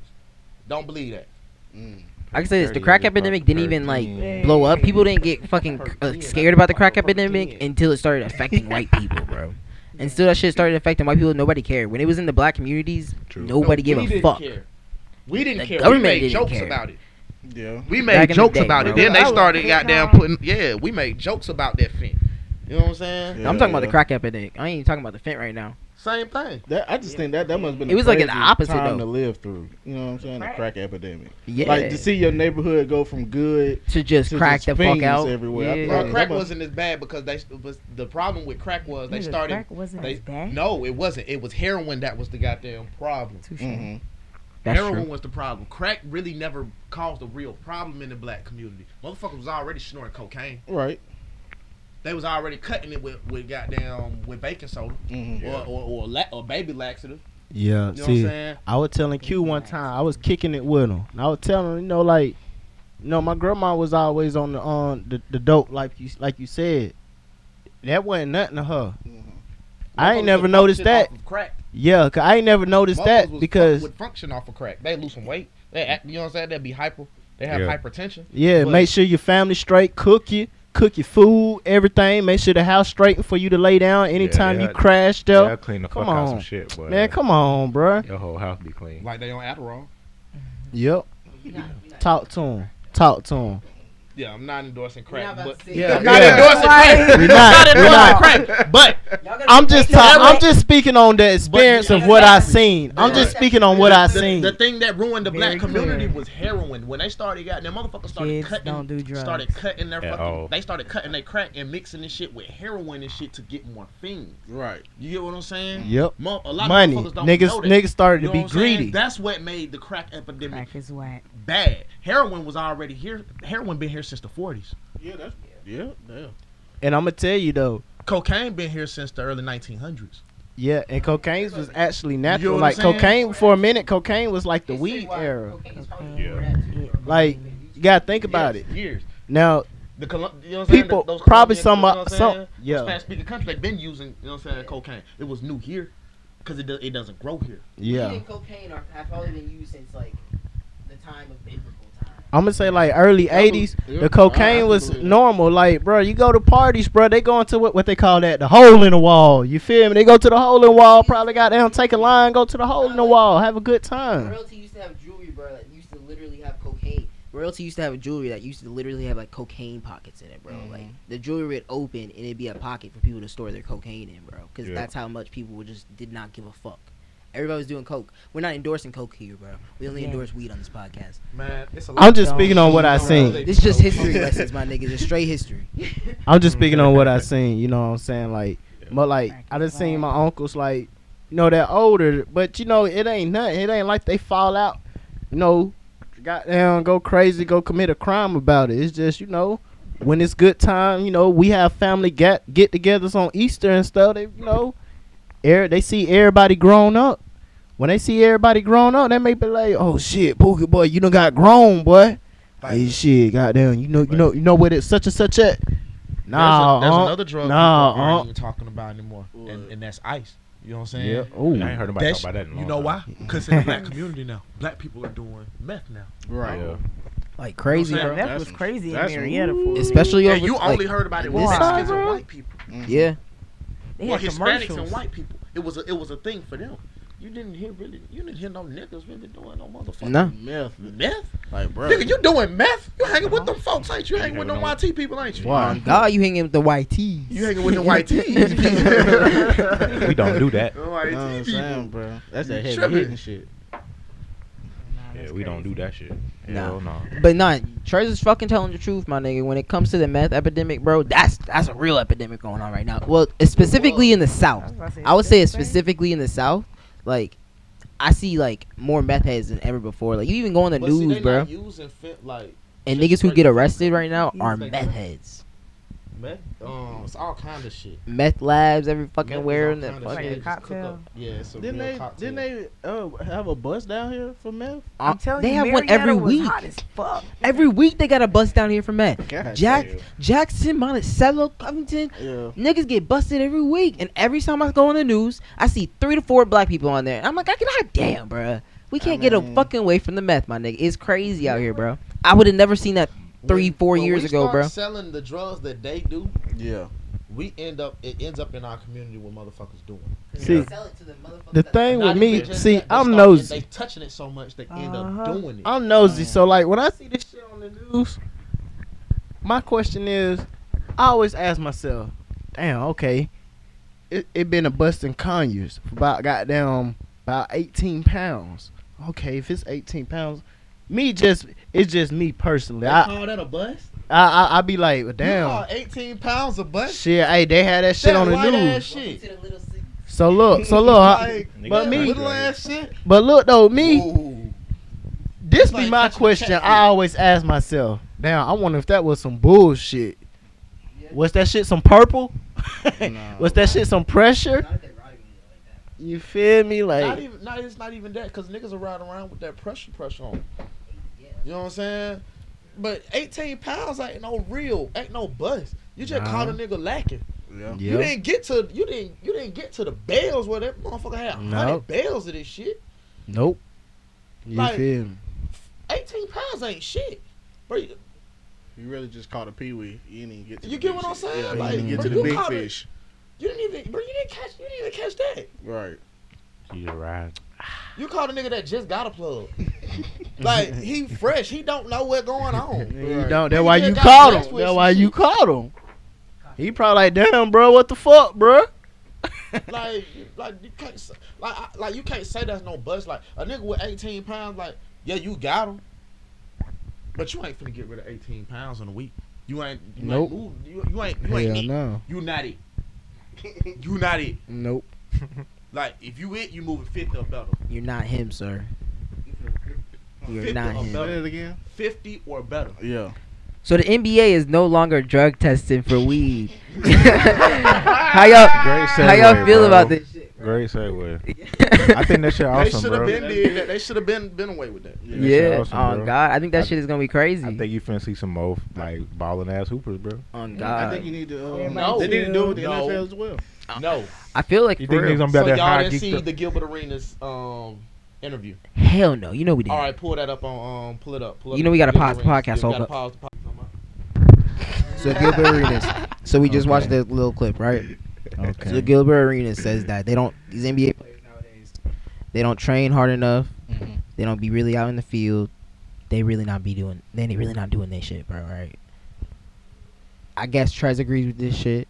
Don't believe that. Mm. I can say this: the 30, crack it's about epidemic didn't 13. even like blow up. People didn't get fucking uh, scared about the crack epidemic until it started affecting white people, bro. And still, that shit started affecting white people. Nobody cared when it was in the black communities. True. Nobody No, gave we a didn't fuck. care. We didn't The care. government we made didn't jokes care. about it. Yeah. We Back made in the jokes day, about it. bro. Then they I was started putting goddamn on- putting. Yeah, we made jokes about that thing. You know what I'm saying? Yeah, I'm talking about the yeah. crack epidemic. I ain't even talking about the fent right now. Same thing. That, I just think that that must have been. It a was like an crazy opposite, time though. to live through. You know what I'm saying? The Crack. crack epidemic. Yeah, Like to to, see your neighborhood go from good. just to crack just the fuck fiends out. everywhere. I Yeah. think Well, Yeah. crack That must- wasn't as bad because they was the problem with crack was they Nigga, started. crack wasn't They, as bad. no, it wasn't. It was heroin that was the goddamn problem. hmm That's heroin true. was the problem. Crack really never caused a real problem in the black community. Motherfuckers was already snorting cocaine. Right. they was already cutting it with, with goddamn with baking soda Mhm. or or or, la- or baby laxative. Yeah, You know see, what I'm saying? I was telling Q one time, I was kicking it with him. And I was telling him, you know, like, you know, my grandma was always on the on the, the dope, like you like you said. That wasn't nothing to her. I ain't Motherfuckers never Mm-hmm. was noticed functioning that. off of Crack. Yeah, cause I ain't never noticed Motherfuckers that was because fun- would function off of crack. They lose some weight. They act, you know what I'm saying? They be hyper. They have Yeah. hypertension. yeah, But- make sure your family straight, cook you, cook your food, everything. Make sure the house straightened for you to lay down. Anytime they you had- crash Yeah, though, I clean the Come fuck out on. some shit, boy. man, come on, bruh. Your whole house be clean. Like they on Adderall. Yep. Talk to him. Talk to him. Yeah, I'm not endorsing crack, but Yeah, I'm not yeah. endorsing crack. We're I'm not. not We're not. endorsing crack. But I'm just talking. I'm just speaking on the experience of what I Right. seen. I'm just speaking on what I seen. The thing that ruined the Very black community clear. was heroin. When they started got their motherfuckers started Kids cutting don't do drugs. started cutting their At fucking all. they started cutting their crack and mixing this shit with heroin and shit to get more fiends. Right. You get what I'm saying? Yep. Mo- a lot Money. of motherfuckers don't Niggas know that. niggas started to You know be what I'm saying? greedy. That's what made the crack epidemic Crack is whack. bad. Heroin was already here. Heroin been here since the 40s. Yeah, that's yeah, yeah. And I'm gonna tell you though, Cocaine been here since the early 1900s. yeah, and cocaine was actually know natural. what Like I'm saying? cocaine for a minute, cocaine was like the weed era. Like you gotta think about Yes, it. Years. Now The Colum- you know what I'm saying? people Th- those probably Colombians, some uh, you know what I'm some saying? yeah Spanish speaking country, they've been using, you know what I'm saying, cocaine. It was new here because it, do, it doesn't grow here. yeah. and cocaine are, have probably been used since like the time of biblical time. I'm gonna say like early '80s, yeah, the I- I cocaine can was believe it. normal. Like, bro, you go to parties, bro, they go into what, what they call that, the hole in the wall. You feel me? They go to the hole in the wall, probably got down, take a line, go to the hole in the wall, have a good time. Royalty used to have jewelry, bro, that used to literally have cocaine. Royalty used to have jewelry that used to literally have like cocaine pockets in it, bro. Mm-hmm. Like the jewelry would open and it'd be a pocket for people to store their cocaine in, bro. Because Yeah. that's how much people would just did not give a fuck. Everybody was doing coke. We're not endorsing coke here, bro. We only Yeah. endorse weed on this podcast. Man, it's a I'm just speaking on what I seen. This is just history lessons, my niggas. It's straight history. I'm just speaking on what I seen. You know what I'm saying? Like, but like, I Right. just seen my uncles like, you know, they're older, but you know, it ain't nothing. It ain't like they fall out, you know, goddamn, go crazy, go commit a crime about it. It's just you know, when it's good time, you know, we have family get get-togethers on Easter and stuff. They you know, air they see everybody grown up. When they see everybody grown up, they may be like, "Oh shit, Pookie boy, you done got grown, boy." Hey shit, goddamn, you know, you know, you know what it's such and such at. Nah, Nah, there's, a, uh, there's another drug nah, people aren't uh. even talking about anymore, and, and that's ice. You know what I'm saying? Yeah. I Ooh. ain't heard nobody That's- talk about that in a long you know time. why? Because in the black community now, black people are doing meth now. Right. Yeah. Like crazy, Yeah, Yeah, bro. that that's- was crazy in that's- Marietta. For us. Especially Yeah, over you like, only heard about it with this Mexicans side, and bro? white people, Mm-hmm. yeah. they or had Hispanics commercials. and white people. It was a, it was a thing for them. You didn't hear really, you didn't hear no niggas really doing no motherfucking No. Meth, meth. like bro. Nigga, you doing meth? You hanging with Uh-huh. them folks, ain't you? You Hanging with them Yeah. YT people, ain't you? On God, you hanging with the YTs. You hanging with them white tees. we don't do that. You know what I'm saying, White bro? That's You that heavy tripping. hitting shit. Yeah, we don't do that shit. Nah. Hell no. But nah, Trez is fucking telling the truth, my nigga. When it comes to the meth epidemic, bro, that's that's a real epidemic going on right now. Well, it's specifically in the south, I would say it's specifically in the south. Like, I see like more meth heads than ever before. Like you even go on the news, bro, Using fit, like and just niggas who straight get up. arrested right now Use are they- meth heads. meth. Um, it's all kind of shit. Meth labs every Meth fucking is where all in the kinda fucking. shit. Like a Just cook up. cocktail. Yeah, it's a Didn't real they? cocktail. Didn't they uh, have a bus down here for meth? Uh, I'm telling they you, have one Marietta every was week. Hot as fuck. Every week they got a bus down here for meth. God Jack, Jackson, Monticello, Covington, Yeah. Niggas get busted every week, and every time I go on the news, I see three to four black people on there. And I'm like, I can, God damn, bruh. We can't get a mean- fucking away from the meth, my nigga. It's crazy out here, bro. I would have never seen that three, When- four when years we ago, start bro. Selling the drugs that they do, Yeah. we end up. It ends up in our community with motherfuckers doing. See, the thing Not with even me, just see, that, they I'm start- nosy. They touching it so much they end Uh-huh. up doing it. I'm nosy. So like when I see this shit on the news, my question is, I always ask myself, damn, okay, it, it been a bust in Conyers for about goddamn about 18 pounds. Okay, if it's 18 pounds, me just it's just me personally. They I call that a bust? I I, I be like, well, You call damn, 18 pounds a bust? shit. Hey, they had that shit That on the light ass news. shit. So look, so look, I- Niggas but me, Little ass shit. but look though, me. Ooh. This Like, be my catch the question. cat I always ask myself. Now I wonder if that was some bullshit. Was that shit some purple? No. Was that shit some pressure? You feel me? Not Like even, not, it's not even that, because niggas are riding around with that pressure pressure on. 'em. You know what I'm saying? But 18 pounds ain't no real, ain't no bust. You just Nah. caught a nigga lacking. Yeah. You didn't get to, you didn't, you didn't get to the bales where that motherfucker had a Nope. hundred bales of this shit. Nope. You Like- feel me? 18 pounds ain't shit. Bro, you- You really just caught a peewee. You didn't even get to You the get big what I'm shit. saying? Yeah, Like, you didn't get bro, to the you big caught it. fish. you didn't even, bro, you didn't catch, you didn't even catch that. Right. She just ride. You caught a nigga that just got a plug. like he fresh, he don't know what's going on. You Right. don't. That's You why just you got caught blessed him. with That's some why you shit. caught him. He probably like, damn, bro, what the fuck, bro? Like, like you can't, s- like, I- like you can't say that's no bust. Like a nigga with 18 pounds, like yeah, you got him, but you ain't finna get rid of 18 pounds in a week. You ain't, you Nope. ain't moved. You, you ain't, you ain't it. no. You not it. You not it. Nope. Like if you it, you moving 50 or better. You're not him, sir. You're 50 not or him. better. Say it again. 50 or better. Yeah. So the NBA is no longer drug testing for weed. how y'all, how y'all segue, feel bro. about this shit? Great segue. I think that shit They awesome, should have bro. been did that. They should have been been away with that. that yeah. shit awesome, on bro. God, I think that I- shit is gonna be crazy. I think you finna see some more like balling ass hoopers, bro. on God, I think you need to. Um, No. They need to do it with the No. NFL as well. No. I feel like You for think niggas real. gonna be So out there y'all high didn't see geeked the up? Gilbert Arenas um interview. hell no. You know we didn't. All right, pull that up on um, pull it up. Pull up You know we gotta Gilbert pause the Arenas. podcast, Yeah, we Olga. gotta pause the podcast. So Gilbert Arenas. So we just Okay. watched that little clip, right? So Gilbert Arenas says that they don't these NBA players nowadays they don't train hard enough. Mm-hmm. Mhm. They don't be really out in the field. They really not be doing. They ain't really not doing that shit, bro. Right? I guess Trez agrees with this shit.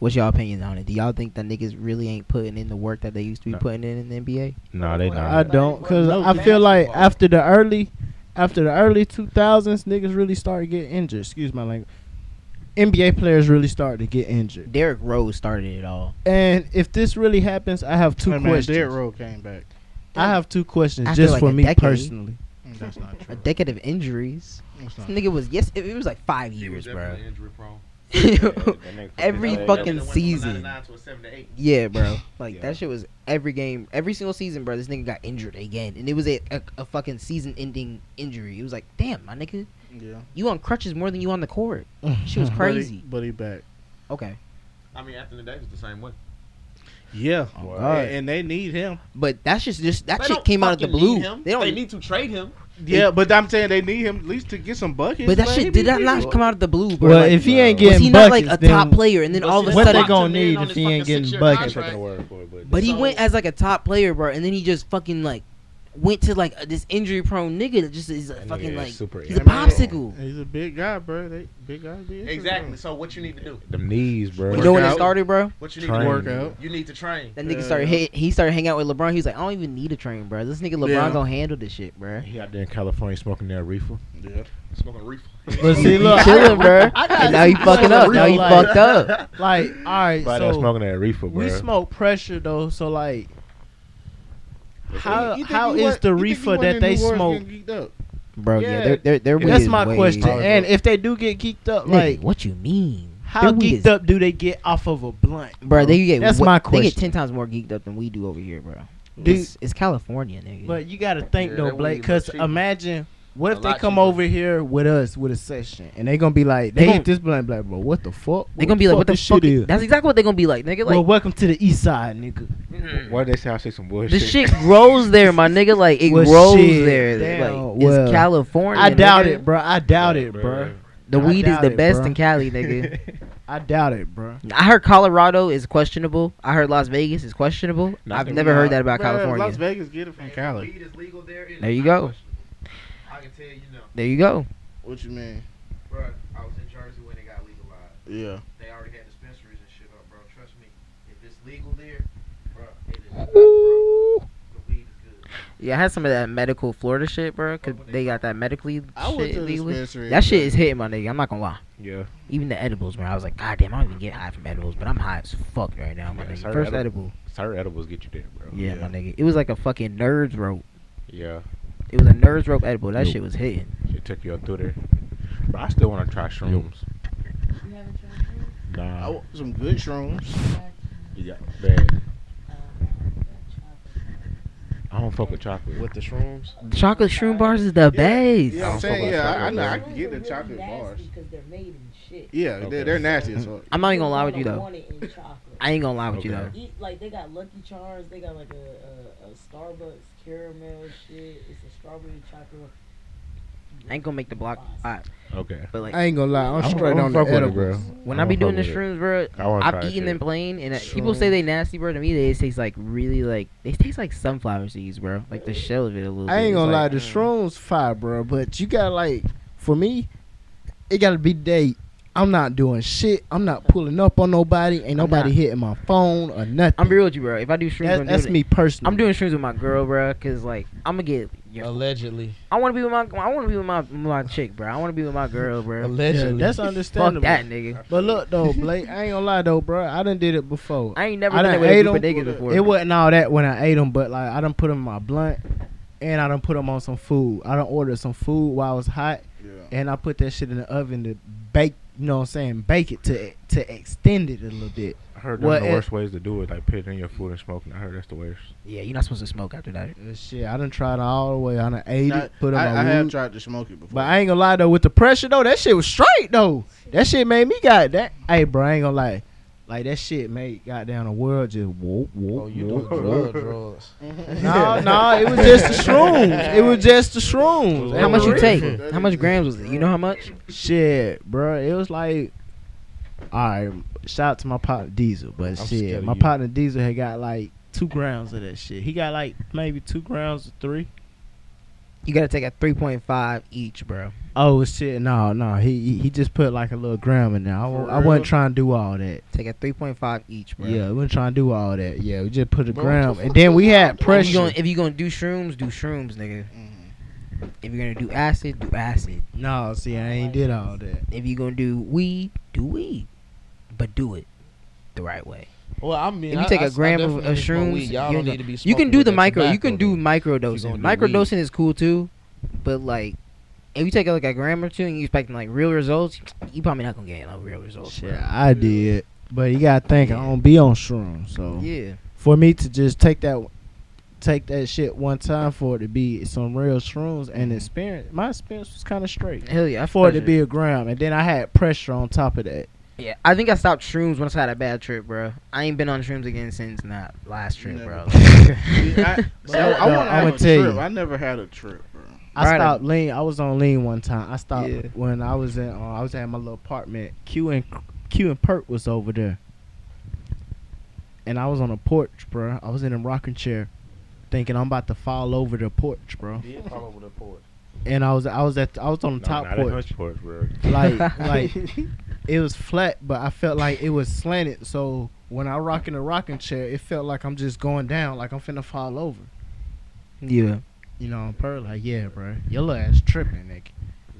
What's y'all opinions on it? Do y'all think that niggas really ain't putting in the work that they used to be No. putting in in the NBA? No, they I I not. don't, cause No I feel like basketball. after the early, after the early two thousands, niggas really started getting injured. Excuse my language. NBA players really started to get injured. Derrick Rose started it all. And if this really happens, I have two Hey, man, questions. Derrick Rose came back. I have two questions After just like for a me decade. personally. Mm, That's not true. A decade of injuries. That's This not nigga was yes, it, it was like five years, bro. Injury prone. Every That nigga fucking went from a season. 99 to a 78. Yeah, bro. Like Yeah. that shit was every game, every single season, bro. This nigga got injured again, and it was a, a, a fucking season-ending injury. It was like, damn, my nigga, Yeah. you on crutches more than you on the court. She was crazy. But he, but he back. Okay, I mean, Anthony Davis the same way. Yeah. Wow. And, and they need him. but that's just just that They shit don't came out of the fucking blue. need him. They don't. need to trade him. Yeah, but I'm saying they need him at least to get some buckets. but that man. He shit be- did that he not be- come out of the blue, bro. Well, Like, if he ain't was getting he not buckets, like a then top player, and then But all see, of a what that's sudden, they Locked gonna him in need on if his he ain't fucking getting six-year buckets? contract. but he So- went as like a top player, bro, and then he just fucking like went to like this injury-prone nigga that just is a That nigga fucking is like super he's a injury-prone. popsicle. He's a big guy, bro. They big guys be injured, Exactly. So what you need to do? Them knees, bro. You know when it Workout. started, bro? What you need Train. to Work out. do? You need to train. That nigga Yeah, started yeah. hit. He started hanging out with LeBron. He was like, I don't even need a train, bro. This nigga LeBron Yeah. gonna handle this shit, bro. He out there in California smoking that reefer. Yeah. Smoking reefer. But see, look, I chilling, got- bro. I got And now he two fucking up. questions, Now he like- fucked up. Like, all right, Somebody that's so smoking that reefer, bro. we smoke pressure though. So like, how You think how he is went- the you think he reefer went that in they New Orleans smoke? getting geeked up? Bro, yeah, Yeah. they're, they're, they're weed That's is my way- question. Probably. And if they do get geeked up, Nigga, like what you mean? how Their weed geeked is- up do they get off of a blunt? Bro, they get That's wa- They my get question. ten times more geeked up than we do over here, bro. Dude. It's, it's California, nigga. But you gotta think Yeah, that though, weed Blake, look because cheaper. imagine what A if they lot come cheaper. over here with us with a session and they gonna be like, they gon- hit this blunt, like, bro, what the fuck? they gonna be like, what the this fuck? shit is? That's exactly what they gonna be like, nigga. well, Like welcome to the east side, nigga. Why they say I say some bullshit? the shit grows there, my nigga. Like it Well, grows shit, there. damn, like well, it's California. I doubt nigga. it, bro. I doubt it, bro. The I weed is doubt the it, best bro. in Cali, nigga. I doubt it, bro. I heard Colorado is questionable. I heard Las Vegas is questionable. No, I I've think never we heard are. that about Man, California. Las Vegas get it from Cali. Weed is legal there. it There is you not go. questionable. I can tell you now. there you go. What you mean? Bruh, I was in Jersey when it got legalized. Yeah. They already had dispensaries and shit up, bro. Trust me. If it's legal there, bruh, it is The weed is good. Yeah, I had some of that medical Florida shit, bro. Cause they got that medically I went shit to the legally. dispensary. That shit is hitting my nigga. I'm not gonna lie. Yeah. Even the edibles, man. I was like, God damn, I don't even get high from edibles, but I'm high as fuck right now, my Yeah, nigga. sorry, First edible. edible. Certain edibles get you there, bro. Yeah, my nigga. It was like a fucking nerds rope. Yeah. It was a nerds rope edible. That Yo. shit was hitting. Shit took you up through there. But I still want to try shrooms. You haven't tried I Nah, want some good shrooms. Yeah. bad. Um, I don't fuck with chocolate. With the shrooms. Chocolate shroom bars is the best. You know what I I'm don't saying? fuck Yeah, with I, I know. I chocolate can get the chocolate bars. Because they're made in shit. Yeah, Okay. they're, they're nasty as fuck. I'm not even gonna lie with you don't though. want it in chocolate. I ain't gonna lie with you Okay. though. Eat, like they got Lucky Charms, they got like a, a, a Starbucks caramel shit. It's a strawberry chocolate. one. I ain't gonna make the block hot, Okay. but like I ain't gonna lie, I'm I don't- straight I don't on the fuck with it, edibles. bro. when I I, be don't doing the fuck shrooms, bro, I wanna try I'm that eating them shit. plain, and uh, people say they nasty, bro. To me, they taste like really like they taste like sunflower seeds, bro. Like the shell of it a little. I bit. ain't It's gonna lie, like, the shrooms fire, bro. But you gotta like, for me, it gotta be day. I'm not doing shit. I'm not pulling up on nobody. Ain't nobody not. hitting my phone or nothing. I'm real with you, bro. If I do shrooms, That's, I'm, that's doing, me personally. I'm doing shrooms with my girl, bro, cause like I'm gonna get. Your, Allegedly. I want to be with my. I want to be with my my chick, bro. I want to be with my girl, bro. Allegedly. that's Fuck understandable. that, nigga. But look though, Blake, I ain't gonna lie though, bro. I done did it before. I ain't never I been done with a ate group of them. niggas before. It wasn't all that when I ate them, but like I done put them in my blunt, and I done put them on some food. I done ordered some food while it was hot, Yeah. and I put that shit in the oven to bake. You know what I'm saying? Bake it to to extend it a little bit. I heard Well, one of the it- worst ways to do it, like put it in your food and smoking. I heard that's the worst. Yeah, you're not supposed to smoke after that. Uh, shit, I done tried it all the way. I done ate Now, it, put it I, on I my have wood. tried to smoke it before. But I ain't gonna lie though, with the pressure though, that shit was straight though. That shit made me got that. Hey, bro, I ain't gonna lie. Like that shit made goddamn the world just whoop whoop. Oh, you doing drug drugs? No, no, it was just the shrooms. It was just the shrooms. How It much was you real. take? How much grams was it? You know how much? Shit, bro. It was like, all right. Shout out to my partner Diesel, but I'm scared shit, of my you. partner Diesel had got like two grams of that shit. He got like maybe two grams or three. You gotta take a 3.5 each, bro. Oh shit, no, no. He he- he just put like a little gram in there. I, wa- I wasn't trying to do all that. Take a 3.5 each, bro. Yeah, we wasn't trying to do all that. Yeah, we just put a Bro, what gram, the and fuck then is we had that? If you pressure. gonna, if you gonna do shrooms, do shrooms, nigga. Mhm. Mm-hmm. If you're gonna do acid, do acid. No, see, I ain't did all that. If you're gonna do weed, do weed, but do it the right way. Well, I mean, If you I- take I- a I gram of, definitely of smoke shrooms, weed. Y'all you, ain't don't need to gonna- be you can smoking do with the that micro. You can tobacco, do though. micro gonna dosing. do Micro weed. dosing is cool too, but like. If you take like a gram or two and you expecting like real results, you probably not gonna get no real results. bro. Shit, I did. But you gotta think I don't be on shrooms, so Yeah. for me to just take that, take that shit one time for it to be some real shrooms and experience. My experience was kind of straight Mm-hmm. Hell yeah. I for it to pressure. be a gram, and then I had pressure on top of that. Yeah, I think I stopped shrooms once I had a bad trip, bro. I ain't been on shrooms again since that last trip, bro. See, I, see, I, I No, want to have I'ma a tell trip. you. I never had a trip, bro. I Right. stopped lean. I was on lean one time. I stopped Yeah. when I was in. Uh, I was at my little apartment. Q and Q and Perk was over there, and I was on a porch, bro. I was in a rocking chair, thinking I'm about to fall over the porch, bro. Did fall over the port. And I was I was at I was on the No, top not porch. at porch, bro. like like it was flat, but I felt like it was slanted. So when I rock in a rocking chair, it felt like I'm just going down, like I'm finna fall over. yeah. You know, and Pearl like, yeah, bro, your little ass tripping, nigga.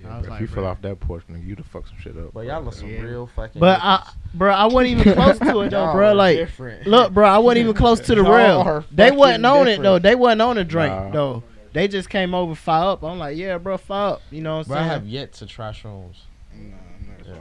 Yeah, I bro, was if like, you fell bro. off that porch, nigga, you to fuck some shit up. But bro. y'all are some Yeah. real fucking. But I, bro, I wasn't even close to it though, Y'all bro. are Like, different. look, bro, I wasn't even close to the Y'all rail. are They fucking wasn't on it though. different. They wasn't on the drink Nah. though. They just came over, fire up. I'm like, yeah, bro, fire up. You know what Bro, I I'm have saying? yet to try shrooms. No, not, Yeah.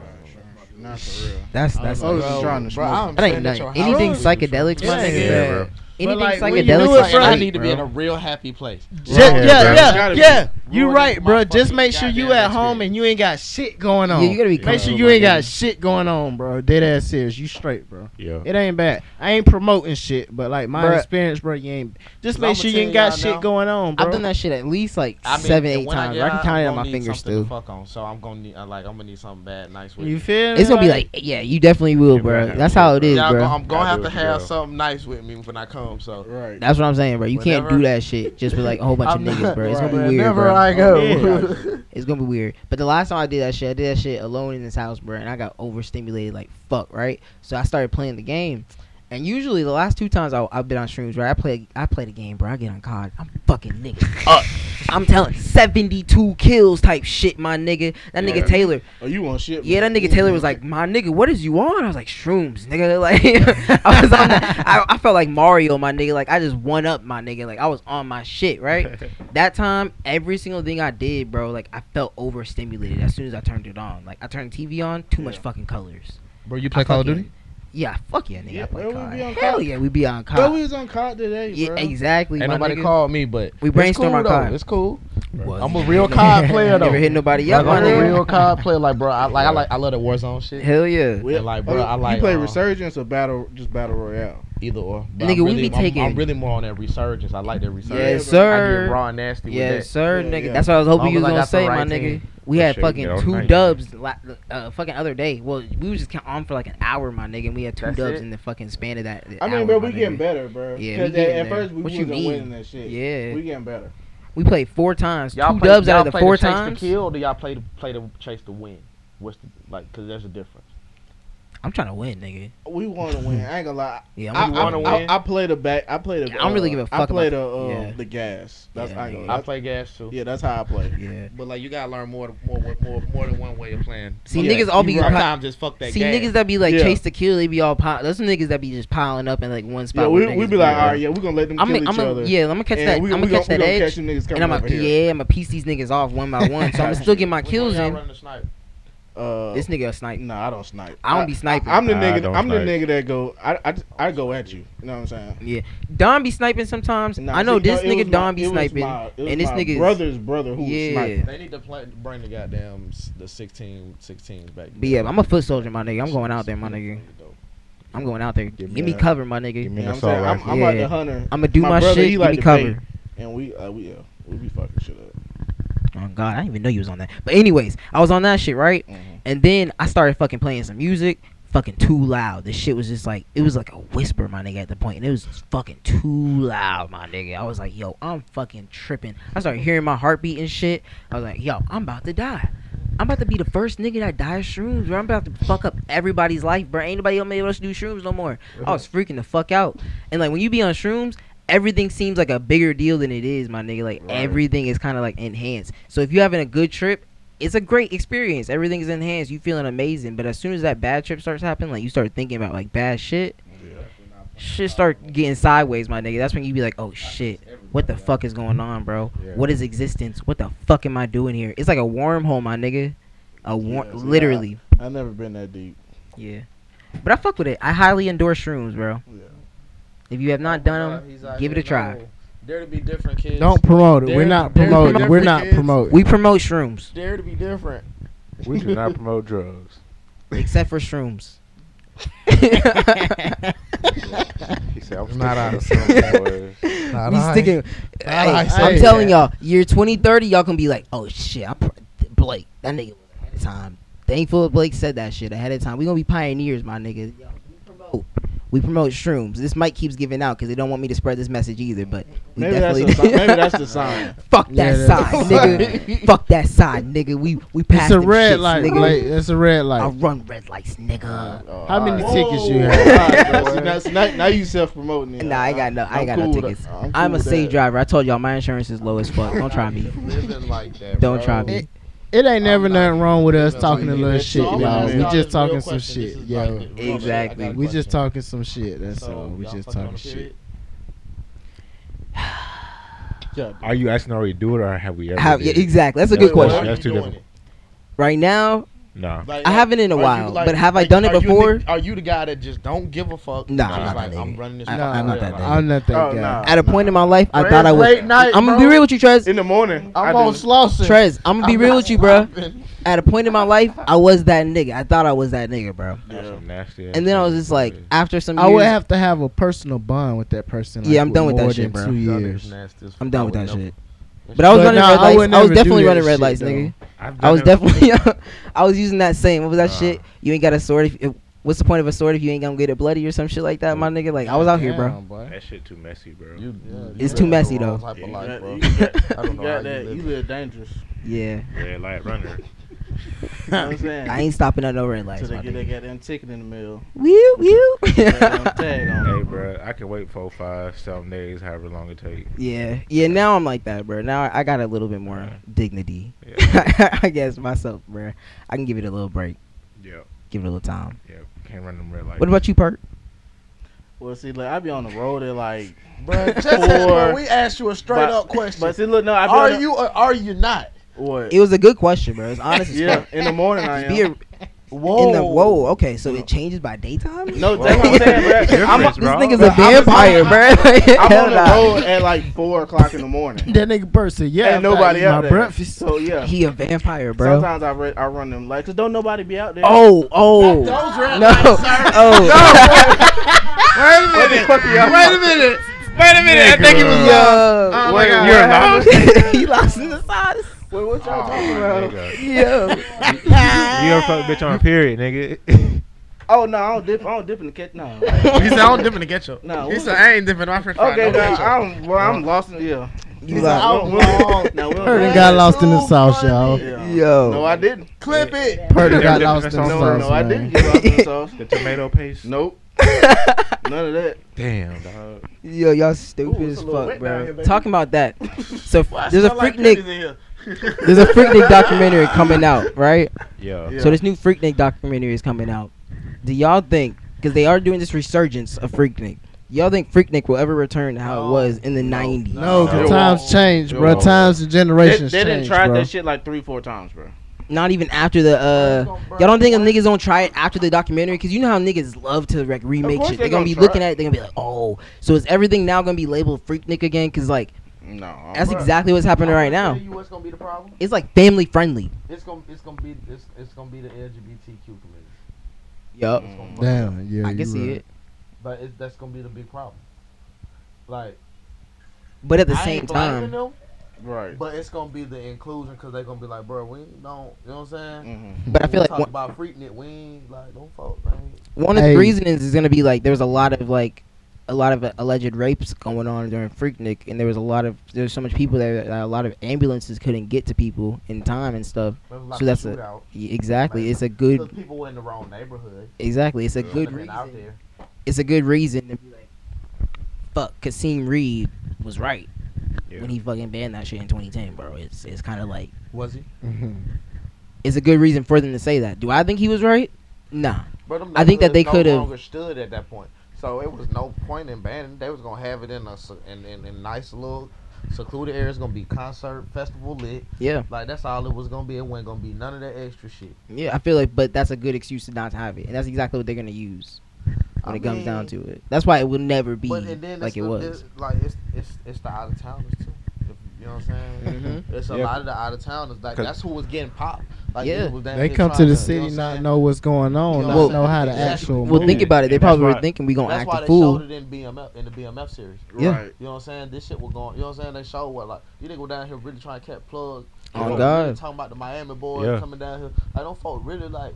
not for real. That's that's I was like, just trying to bro, smoke. I'm that ain't staying at nothing. your house. Anything Shrooms is psychedelics, my Yeah, nigga. yeah, bro. Anything like, when you do psychedelics, like, it, bro, And I Right, need to be in a bro. real happy place. Just, Yeah, yeah, bro. yeah, It's yeah. gotta be You ruining right, my bro. Just fucking make sure you goddamn at home and you ain't got shit going on. Yeah, you gotta be make sure comfortable, you ain't bro. got shit going on, bro. Dead ass serious. You straight, bro. Yeah. It ain't bad. I ain't promoting shit, but like my Bruh. experience, bro, you ain't. Just Cause make I'ma sure you tell ain't got y'all shit now, going on, bro. I've done that shit at least like I mean, seven, and eight when times. get I can out, count I'm it on gonna my need fingers something to still. Fuck on, so I'm gonna need, I like, I'm gonna need something bad, nice with You me. feel? me? It's gonna be like, yeah, you definitely will, Yeah, bro. bro. That's how it is, Y'all bro. gon- I'm gonna Gotta have do to what you have do. something nice with me when I come. So Right. That's what I'm saying, bro. You can't do Whenever- that shit just with like a whole bunch of I'm niggas, not- bro. It's gonna be right. weird, Whenever bro. I go, Yeah. It's gonna be weird. But the last time I did that shit, I did that shit alone in this house, bro, and I got overstimulated like fuck, right? So I started playing the game. And usually the last two times I, I've been on streams, right? I play I play the game, bro. I get on COD. I'm fucking nigga. Up. I'm telling 72 kills type shit, my nigga. That nigga Yeah. Taylor. Oh, you want shit? Yeah, that man. nigga Taylor was like, my nigga, what is you on? I was like, shrooms, nigga. Like I was on that. I, I felt like Mario, my nigga. Like I just one up my nigga. Like I was on my shit, right? that time, every single thing I did, bro, like I felt overstimulated as soon as I turned it on. Like I turned the TV on, too much Yeah. fucking colors. Bro, you play Call of fuck Duty? Yeah, fuck yeah, nigga. Yeah, I play bro, we COD. be on Hell COD. yeah, we be on Bro, COD. we was on COD today, yeah, bro. exactly. Ain't my nobody nigga. called me, but We it's brainstorm cool, our though. card. It's cool. Was I'm a it? real COD player though. Never hit nobody up, my like, I'm a nigga. real COD player. Like, bro, I like, I like, I love the Warzone shit. Hell yeah. We- And, like, bro, I like, oh, you play uh, Resurgence or battle, just battle royale. Either or. But Nigga, I'm we really, be I'm- taking- I'm, really more on that resurgence. I like that resurgence. Yes, I sir. get raw and nasty Yes, with sir, Yeah, nigga. yeah. That's what I was hoping Long you as was I gonna got the say, right my nigga. team. We That had shit, we fucking get all two night. dubs la- uh, fucking other day. Well, we was just ca- on for like an hour, my nigga, and we had two That's dubs it? in the fucking span of that. I mean, hour, bro, my we getting nigga. better, bro. Yeah, Because we getting at there. first we What you wasn't mean? winning that shit. Yeah. we getting better. We played four times. that. Y'all two play, dubs y'all out of the play four to chase times. to kill, or do y'all play to play to chase to win? What's the like? Because there's a difference. I'm trying to win, nigga. We want to win. I ain't gonna lie. Yeah, I, I'm You gonna wanna I, win? I, I play the back. I play the. I don't really give a uh, fuck I play about- the uh, yeah. the gas. That's Yeah, I ain't nigga. gonna I lie. play gas too. Yeah, that's how I play. yeah. But like you gotta learn more, more, more, more than one way of playing. See, Fuck niggas that. all be- You sometimes just fuck that. See gas. niggas that be like Yeah. chase to kill, they be all pile. Those niggas that be just piling up in like one spot. Yeah, with we we niggas, be like, bro. all right, yeah, we gonna let them I'm kill gonna, each I'm gonna, other. yeah, I'm gonna catch and that. we, I'm we gonna catch we that gonna edge, Catch them niggas coming and I'm over gonna, here. yeah, I'm gonna piece these niggas off one by one. So I'm gonna still get my Which one kills y'all in. running the sniper? Uh, This nigga a snipe. Nah, I don't snipe. I don't be sniping. I, am the I nigga. don't I'm the snipe. nigga that go. I, I just- I go at you. You know what I'm saying? Don be sniping sometimes. Nah, I know see, no, this it was nigga my- Don be it was sniping. my- it was and this my nigga's- brother's brother who yeah. was sniping. They need to play, bring the goddamn s- the 16, 16s back. But yeah, I'm a foot soldier, my nigga. I'm going out there, my nigga. I'm going out there. Give me, me that. cover, my Give nigga. me You know an what I'm assault saying? I'm, rifle. I'm like Yeah. the hunter, I'm gonna do My my, brother, shit. he Give like me to cover. and we uh, we uh, we be fucking shit up. Oh God, I didn't even know you was on that. But anyways, I was on that shit, right? Mhm. And then I started fucking playing some music, fucking too loud. This shit was just like it was like a whisper, my nigga, at the point, and it was just fucking too loud, my nigga. I was like, yo, I'm fucking tripping. I started hearing my heartbeat and shit. I was like, yo, I'm about to die. I'm about to be the first nigga that dies shrooms, bro. I'm about to fuck up everybody's life, bro. Ain't nobody gonna be able to do shrooms no more. I was freaking the fuck out. And like when you be on shrooms, everything seems like a bigger deal than it is, my nigga. Like everything is kind of like enhanced. So if you're having a good trip, it's a great experience. Everything is enhanced. You feeling amazing. But as soon as that bad trip starts happening, like you start thinking about like bad shit, shit start getting sideways, my nigga. That's when you be like, oh shit, what the fuck is going on, bro? Yeah. What is existence? What the fuck am I doing here? It's like a wormhole, my nigga. A war- Yeah, see, literally, I never been that deep. yeah. But I fuck with it. I highly endorse shrooms, bro. Yeah. If you have not done them, give it a try. There to be different kids. Don't promote it. We're There- not there's promoting. We're different not kids. promoting. We promote shrooms. Dare to be different. We do not promote drugs. except for shrooms. He said, I'm Not not us. sticking out Nah, we nah, I sticking. I Hey, say I'm that. telling y'all, year 2030, y'all gonna be like, oh shit, I pr- Blake, that nigga was ahead of time. Thankful Blake said that shit ahead of time. We gonna be pioneers, my nigga. Yo, we promote. We promote shrooms. This mic keeps giving out because they don't want me to spread this message either. But we Maybe that's, definitely the, si- maybe that's the sign. fuck Yeah, that that's- side, nigga. fuck that side, nigga. We we It's passed a them red shits, light. nigga. Like, it's a red I light. run red lights, nigga. Oh, How many alright. tickets you Whoa. have? Alright, bro. See, now, see, now, now you self promoting. Nah, I ain't got no- I ain't got no tickets. I'm, I'm a cool with safe that. driver. I told y'all my insurance is low as fuck. Don't try me. Living like that. Don't bro. try me. It ain't never I'm not- nothing wrong with us That's talking a like- little that's shit, all I'm y'all. saying. We Nah, just this talking real some question. This shit, is like yo. the real Exactly. shit. We just talking some shit. That's all. We y'all just fucking on talking the shit. period? Are you asking already do it or have we ever? How, yeah, did it? exactly. That's a That's good what Why question. are question. you That's too doing different. it? Right now, Nah. Like, I like, haven't in a are you while, like- but have I like, done it are you the- before? Are you the guy that just don't give a fuck? Nah, Just I'm not like, that I'm nigga. running this. I- No, fucking I'm not real that life. nigga. I'm not that Oh, guy. nah. At a point in my life, I Bro, thought it's I was. late night, I'm gonna be bro. real with you, Trez. In the morning, I I'm do. on Slauson. Trez, I'm gonna be I'm real not with you, bro. popping. At a point in my life, I was that nigga. I thought I was that nigga, bro. That's some nasty ass And then I was shit. just like, after some years, I would have to have a personal bond with that person. Yeah, I'm done with more that shit, than bro. Two Y'all years. niggas nasty as I'm fuck. done I with would that never- shit. But I was But running nah, I red would lights. I was never definitely do that running red shit, lights, though. nigga. I've done I was it- definitely. I was using that same. What was that Nah. shit? You ain't got a sword. If, if- what's the point of a sword if you ain't gonna get it bloody or some shit like that, my nigga? Like I was out here, bro. Damn, boy. That shit too messy, bro. You, It's too messy, though. Yeah, you got- you I got- don't you know how got you that. live. You live dangerous. Yeah, Red light runner. You know what I'm saying? I ain't stopping at no red lights. Till my they get nigga. that goddamn ticket in the mail. Whew, whew. Goddamn tag on. hey, bro, I can wait four, five, seven days, however long it take. yeah, yeah. Now I'm like that, bro. Now I got a little bit more Yeah. dignity, Yeah, I guess myself, bro. I can give it a little break, yeah, give it a little time. yeah. Can't run them red lights. What about you, Perk? Well, see, like I be on the road at like. Bro, just ask- Or- bro, we asked you a straight but- up question. But see, look, no, I be are on the- you or are you not? what? It was a good question, bro. It's honest as yeah, fuck. in the morning I Just be am. a, Whoa. in the whoa. Okay, so it changes by daytime. No, that's what I'm saying, bruh. I'm a- Difference, this bro. nigga's a Bruh, I'm- vampire, bro. I'm on the road at like four o'clock in the morning. That nigga person, yeah. Ain't I'm not nobody eating out my there. breakfast. So yeah, He a vampire, bro. sometimes I, re- I run them lights. Cause don't nobody be out there. Oh, oh, Those red no, lights, sir. oh, Wait a minute. Wait a minute. Wait a minute. I think it was. Uh, Oh, yo, wait, God. you're lost. he lost in the sauce. Wait, what y'all talking Oh, about? nigga. Yo, You don't fuck a bitch on period, nigga. Oh no, I don't dip. I don't dip in the cat. No. He said, I don't dip in the ketchup. No, he what- said, I ain't dipping my french fry. Okay, no now ketchup. I'm well, I'm lost in yeah. you Now, lost. we don't- now, we don't- Purdy got lost in the sauce, y'all. Yeah. No, Yo, I didn't. Clip it. Purdy got Yeah, lost in the that's No, all- sauce. no, I man. didn't get lost in the sauce. the tomato paste. Nope. None of that. Damn, dog. yo, y'all stupid Ooh, it's as a little fuck, wet bro. down here, baby. Talking about that, so f- Why I there's a smell like freak Nick. cookies in here? There's a Freak Nick documentary coming out, right? Yeah. Yeah. So this new Freak Nick documentary is coming out. Do y'all think? Because they are doing this resurgence of Freak Nick. Y'all think Freak Nick will ever return to how it was in the '90s? No, No. 'cause times change, No. bro. Times and They, generations they didn't change, try bro. that shit like three, four times, bro. Not even after the. uh Y'all don't think them niggas don't try it after the documentary? Because you know how niggas love to like remake course shit. they They're gonna gonna, be try looking it. at it. They're gonna be like, oh, so is everything now gonna be labeled Freak Nick again? Because like No. that's bruh. exactly what's happening right now. Tell you what's gonna be the problem? It's like family friendly. It's gonna it's gonna be it's, it's gonna be the LGBTQ community. Yup. It's gonna fuck it up. Damn, yeah. I can you see right. it. But it, that's gonna be the big problem. Like But at the I same ain't time, blaming them, Right. but it's gonna be the inclusion because they're gonna be like, bro, we don't, you know what I'm saying? Mhm. but I feel we like talk one, about freaking it. We ain't like don't fuck. Man. one of the Hey. reasons is gonna be like there's a lot of like a lot of uh, alleged rapes going on during Freaknik, and there was a lot of there's so much people that, that a lot of ambulances couldn't get to people in time and stuff. It was like So that's a- shootout. Y- Exactly, Man. it's a Because good people were in the wrong neighborhood. exactly it's a Shouldn't good have been out reason. there. It's a good reason to be like, fuck, Kasim Reed was right Yeah. when he fucking banned that shit in 2010, bro. It's it's kind of like Was he? it's a good reason for them to say that. Do I think he was right? Nah. But them I think that they neighborhoods could've- no longer stood at that point. So it was no point in banning. They was gonna have it in a se- in, in, in nice little secluded area. It's gonna be concert festival lit. Yeah. Like that's all it was gonna be. It wasn't gonna be none of that extra shit. Yeah, I feel like, but that's a good excuse to not have it, and that's exactly what they're gonna use when I it comes down mean, to it. That's why it will never be But and then like it's it the, was. It's, like it's it's it's the out of towners too. If- You know what I'm saying? It's a Yeah. lot of the out of towners. Like 'Cause- that's who was getting popped. Like Yeah. was down They here come to trying the you know city, what I'm not saying? know what's going on, You not know, know how to exactly. actual. Well, move. think about it. They And that's probably were why- thinking we gonna That's act why a they fool. showed it in BMF in the BMF series. Yeah. Right. You know what I'm saying? This shit was going. You know what I'm saying? They show what like you nigga down here really trying to catch plugs. You Oh, know, God. really talking about the Miami boys Yeah. coming down here. Like don't folk really like.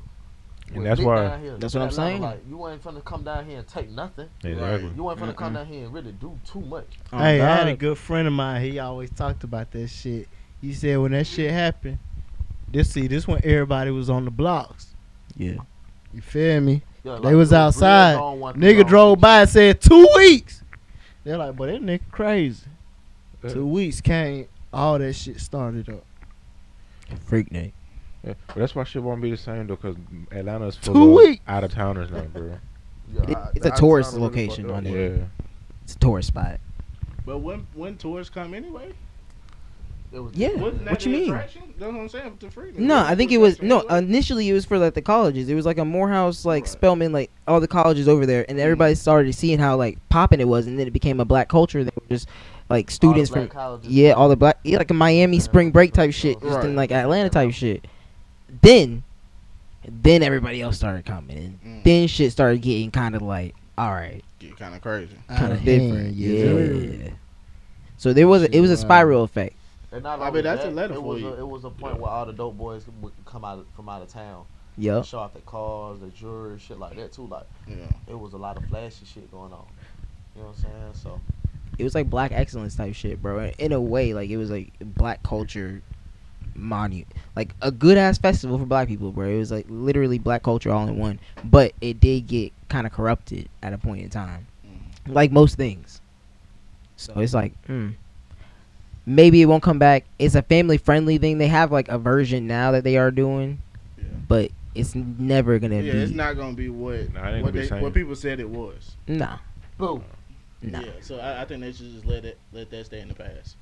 And was that's big why- down here. That's what I'm Atlanta, saying. Like you ain't finna come down here and take nothing. Exactly. You ain't finna come down here and really do too much. Oh, Hey, I had a God. good friend of mine. He always talked about that shit. He said when that shit happened, this see this when everybody was on the blocks. Yeah. You feel me? Yeah, like, They was real outside. grown one thing Nigga on. drove by and said two weeks. They're like, but that nigga crazy. Uh. Two weeks came, all that shit started up. Freak Nick. Yeah. But that's why shit won't be the same though, cause Atlanta's full Two of weeks. out of towners now, bro. Yeah, It- I- it's I- a I- I tourist really fucked location up. on there. yeah. It's a tourist spot. But when when tours come anyway, It was- Yeah. wasn't that What the you mean? attraction? That's what I'm saying. with The freedom. No, I think it was no. Anyway. Initially, it was for like the colleges. It was like a Morehouse, like Right. Spelman, like all the colleges over there, and everybody started seeing how like popping it was, and then it became a black culture. They were just like all the students black from colleges. Yeah, all the black, yeah, like a Miami Yeah. spring break type shit, just in Right. like Atlanta type shit. Then, then everybody else started coming, and Mm. then shit started getting kind of like, all right, Get kind of crazy. kind Outta of different, hand, yeah. So there was a, it was a Shit, wow. spiral effect. And not I only mean, that's that, Atlanta it for was you. A, it was a point where all the dope boys would come out of- from out of town, Yup. show off their cars, their jewelry, shit like that too. Like Yeah. Mm-hmm. it was a lot of flashy shit going on. You know what I'm saying? So It was like black excellence type shit, bro. In- In a way, like it was like black culture monument, like a good ass festival for black people, bro. It was like literally black culture all in one, but it did get kind of corrupted at a point in time, like most things. So it's like, mm, maybe it won't come back. It's a family friendly thing. They have like a version now that they are doing, Yeah. but it's never gonna Yeah, be. it's not gonna be what Nah, it ain't gonna what, be they, same. what people said it was. Nah, boo. nah. Yeah, so I, I think they should just let it let that stay in the past.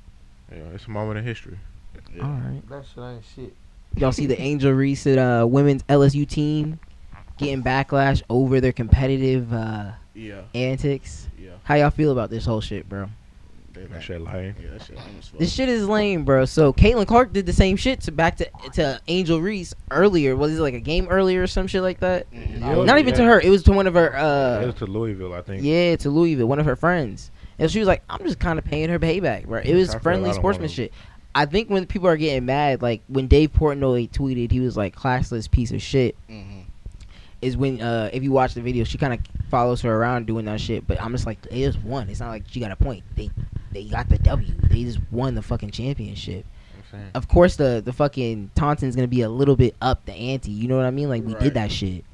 Yeah, it's a moment in history. Yeah. All right. That shit ain't shit. Y'all see the Angel Reese at uh, women's LSU team getting backlash over their competitive uh, Yeah, antics. yeah. How y'all feel about this whole shit, bro? They That like, shit lame. yeah, that shit lame as fuck. This shit is lame, bro. So Caitlin Clark did the same shit to back to to Angel Reese earlier. Was it like a game earlier or some shit like that? Mm-hmm. Yeah, Not even to yeah. her. It was to one of her. It Uh, was to Louisville, I think. yeah, to Louisville, one of her friends, and she was like, "I'm just kind of paying her payback, bro." It I was feel I friendly don't sportsmanship. I think when people are getting mad, like when Dave Portnoy tweeted, he was like, "Classless piece of shit." Mm-hmm. is when uh if you watch the video, she kind of follows her around doing that shit. But I'm just like, they just won. It's not like she got a point. They they got the W. They just won the fucking championship. Of course, the the fucking Taunton's gonna be a little bit up the ante. You know what I mean? Like we Right. did that shit.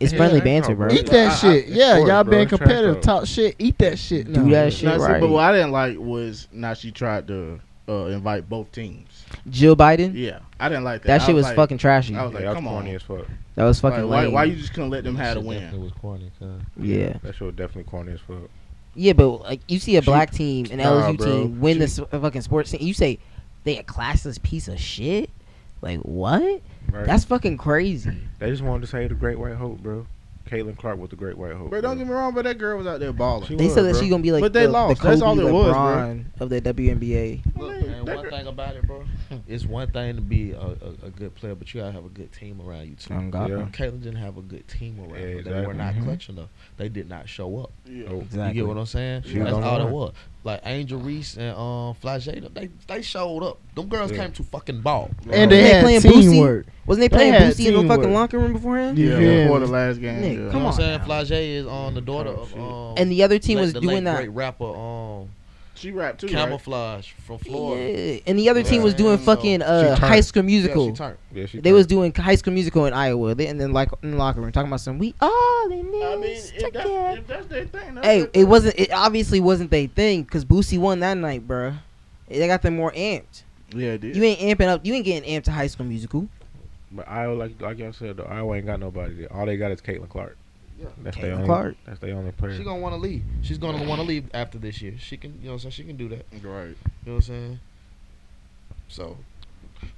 It's Yeah, friendly I banter, know, bro. bro. Do Eat Eat that I- I- shit. it's yeah, sports, y'all bro. being It's trash competitive. talk. Talk shit. Eat that shit. now. that shit Nah, see, right. but what I didn't like was now she tried to uh, invite both teams. Jill Biden. Yeah, I I didn't like that. That I shit was like, fucking trashy. I was like, Yeah, that come was corny on. as fuck. that was Like, fucking why, lame. why you just couldn't let them have a It win? was corny, cuz. yeah, That shit was definitely corny as fuck. yeah, but like you see a black team, an Nah, LSU bro. team, win She- this fucking sports team. You say they a classless piece of shit. Like what? Right? That's fucking crazy. they just wanted to say the Great White Hope, bro. Caitlin Clark was the Great White Hope. But don't get me wrong, but that girl was out there balling. She They was, said that bro. she's gonna be like But they the, lost. the That's Kobe all it was, bro. LeBron of the WNBA. Look, Well, and that one girl- thing about it, bro, it's one thing to be a, a, a good player, but you gotta have a good team around you too. Um, God. Yeah. Caitlin didn't have a good team around. her. Yeah, They were exactly. not Mhm. clutch enough. They did not show up. Yeah. Oh, You get what I'm saying? She That's was on all the it run. was. Like Angel Reese and um, Flagey, they they showed up. Them girls Yeah. came to fucking ball. And They they had playing Boosie? teamwork. Wasn't they They playing had Boosie in the fucking teamwork. locker room beforehand? You Yeah, feel before me? the last game. Nigga, yeah. You come know on. what I'm saying? Flagey is on the daughter Oh, of shit. um, And the other team la- was the late doing that. Great rapper um, She rapped too. right? Camouflage from Florida. Yeah. And the other team was Yeah. doing fucking uh, She turned. High School Yeah, Musical. she turned. Yeah, she they was doing High School Musical in Iowa. They, and then like in the locker room talking about some we all in this I mean, if that's, together. if that's their thing, that's Hey, their it thing. wasn't. It obviously wasn't they thing because Boosie won that night, bruh. They got them more amped. Yeah, it did. You ain't amping up. You ain't getting amped to High School Musical. But Iowa, like like y'all said, though, Iowa ain't got nobody. There. All they got is Caitlin Clark. Yeah. That's Caitlin their only. Clark. That's their only player. She gonna want to leave. She's gonna want to leave after this year. She can, you know, what I'm saying she can do that. right. You know what I'm saying? So,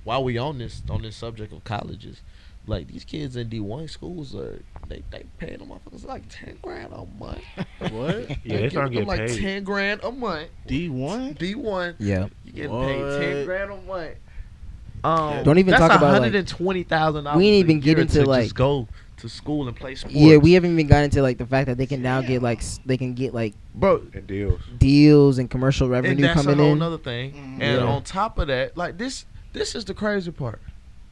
while we on this on this subject of colleges, like these kids in D one schools are they they paying them motherfuckers like ten grand a month. What? yeah, they giving starting to get them like paid. ten grand a month. D one? D one, Yeah. you getting What? paid ten grand a month. Um, Don't even that's talk about, like- hundred and twenty thousand dollars. We ain't even get getting into, like- just go to school and play sports. Yeah, we haven't even gotten into like the fact that they can now get like s- they can get like bro. The deals. deals and commercial and revenue that's a coming whole in. nother thing. Mhm. And Yeah. on top of that, like this, this is the crazy part.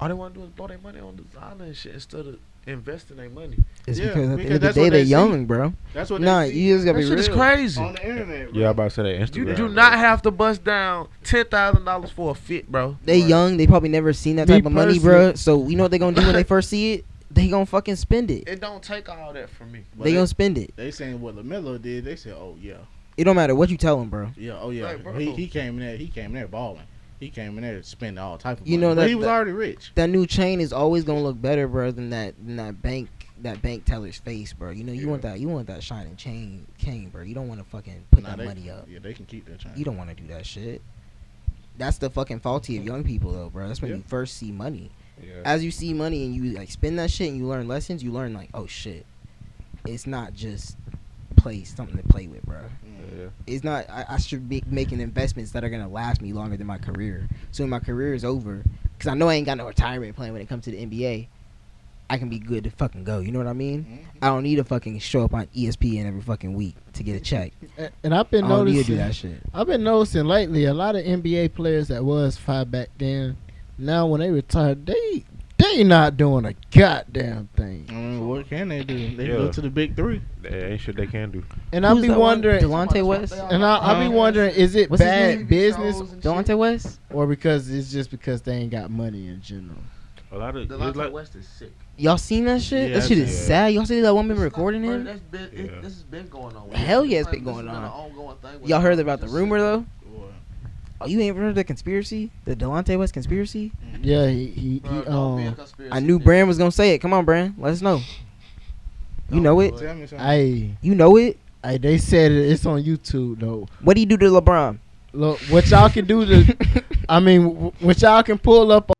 All they want to do is blow their money on designer and shit instead of investing their money. It's Yeah, because at the because end of the that's what day, they they're see. young, bro. That's what Nah, they see you just That gotta be shit is real. crazy. on the internet. Bro. Yeah, I about to say that You Instagram. do bro. not have to bust down ten thousand dollars for a fit, bro. They young. They probably never seen that Me type of money, personally- bro. So you know what they gonna do when they first see it? They gonna fucking spend it. It don't take all that from me. But they they, gonna spend it. they saying what Lamelo did. They said, oh yeah, It don't matter what you tell them, bro. yeah, oh yeah. Like, bro. he he came in there. He came in there balling. He came in there spending all type of You money. know But that- he was that- already rich. That new chain is always gonna look better, bro, than that than that bank that bank teller's face, bro. You know you want that you want that shining chain cane, bro. You don't want to fucking put Nah, that they, money up. Yeah, they can keep their chain. You don't want to do that shit. That's the fucking faulty of young people, though, bro. That's when Yeah. you first see money. Yeah. as you see money and you like spend that shit and you learn lessons, you learn like, oh shit, it's not just play something to play with, bro. Yeah. It's not. I, I should be making investments that are gonna last me longer than my career. So when my career is over, because I know I ain't got no retirement plan when it comes to the NBA, I can be good to fucking go. You know what I mean? Mhm. I don't need to fucking show up on E ESPN every fucking week to get a check. A- And I've I been don't need to Oh, do noticing. that shit. I've been noticing lately a lot of NBA players that was five back then. Now when they retire, they they not doing a goddamn thing. I mean, what can they do? They Yeah. look to the big three. There ain't shit they can do. And I'll Who's be that one? wondering. Delonte West. And I, I'll be Huh? wondering, is it What's his name? bad business Delonte West. or because it's just because they ain't got money in general? A lot of Delonte like, West is sick. Y'all seen that shit? Yeah, that shit I is seen it. sad. Y'all see that woman recording Bro, him? That's been, it, Yeah. This has been going on. Hell yeah, it's Like, been this going has on. an ongoing thing with Y'all heard him. about the Just rumor sick. though? Boy. Oh, you ain't heard of the conspiracy? The Delonte West conspiracy? Yeah, he he, Bro, he don't be a um. conspiracy I knew theorist. Bran was gonna say it. Come on, Bran, let us know. You Oh, Don't know do it. Tell me something. I You know it. I they said it, it's on YouTube though. What do you do to LeBron? Look, what y'all can do to, I mean, wh- what y'all can pull up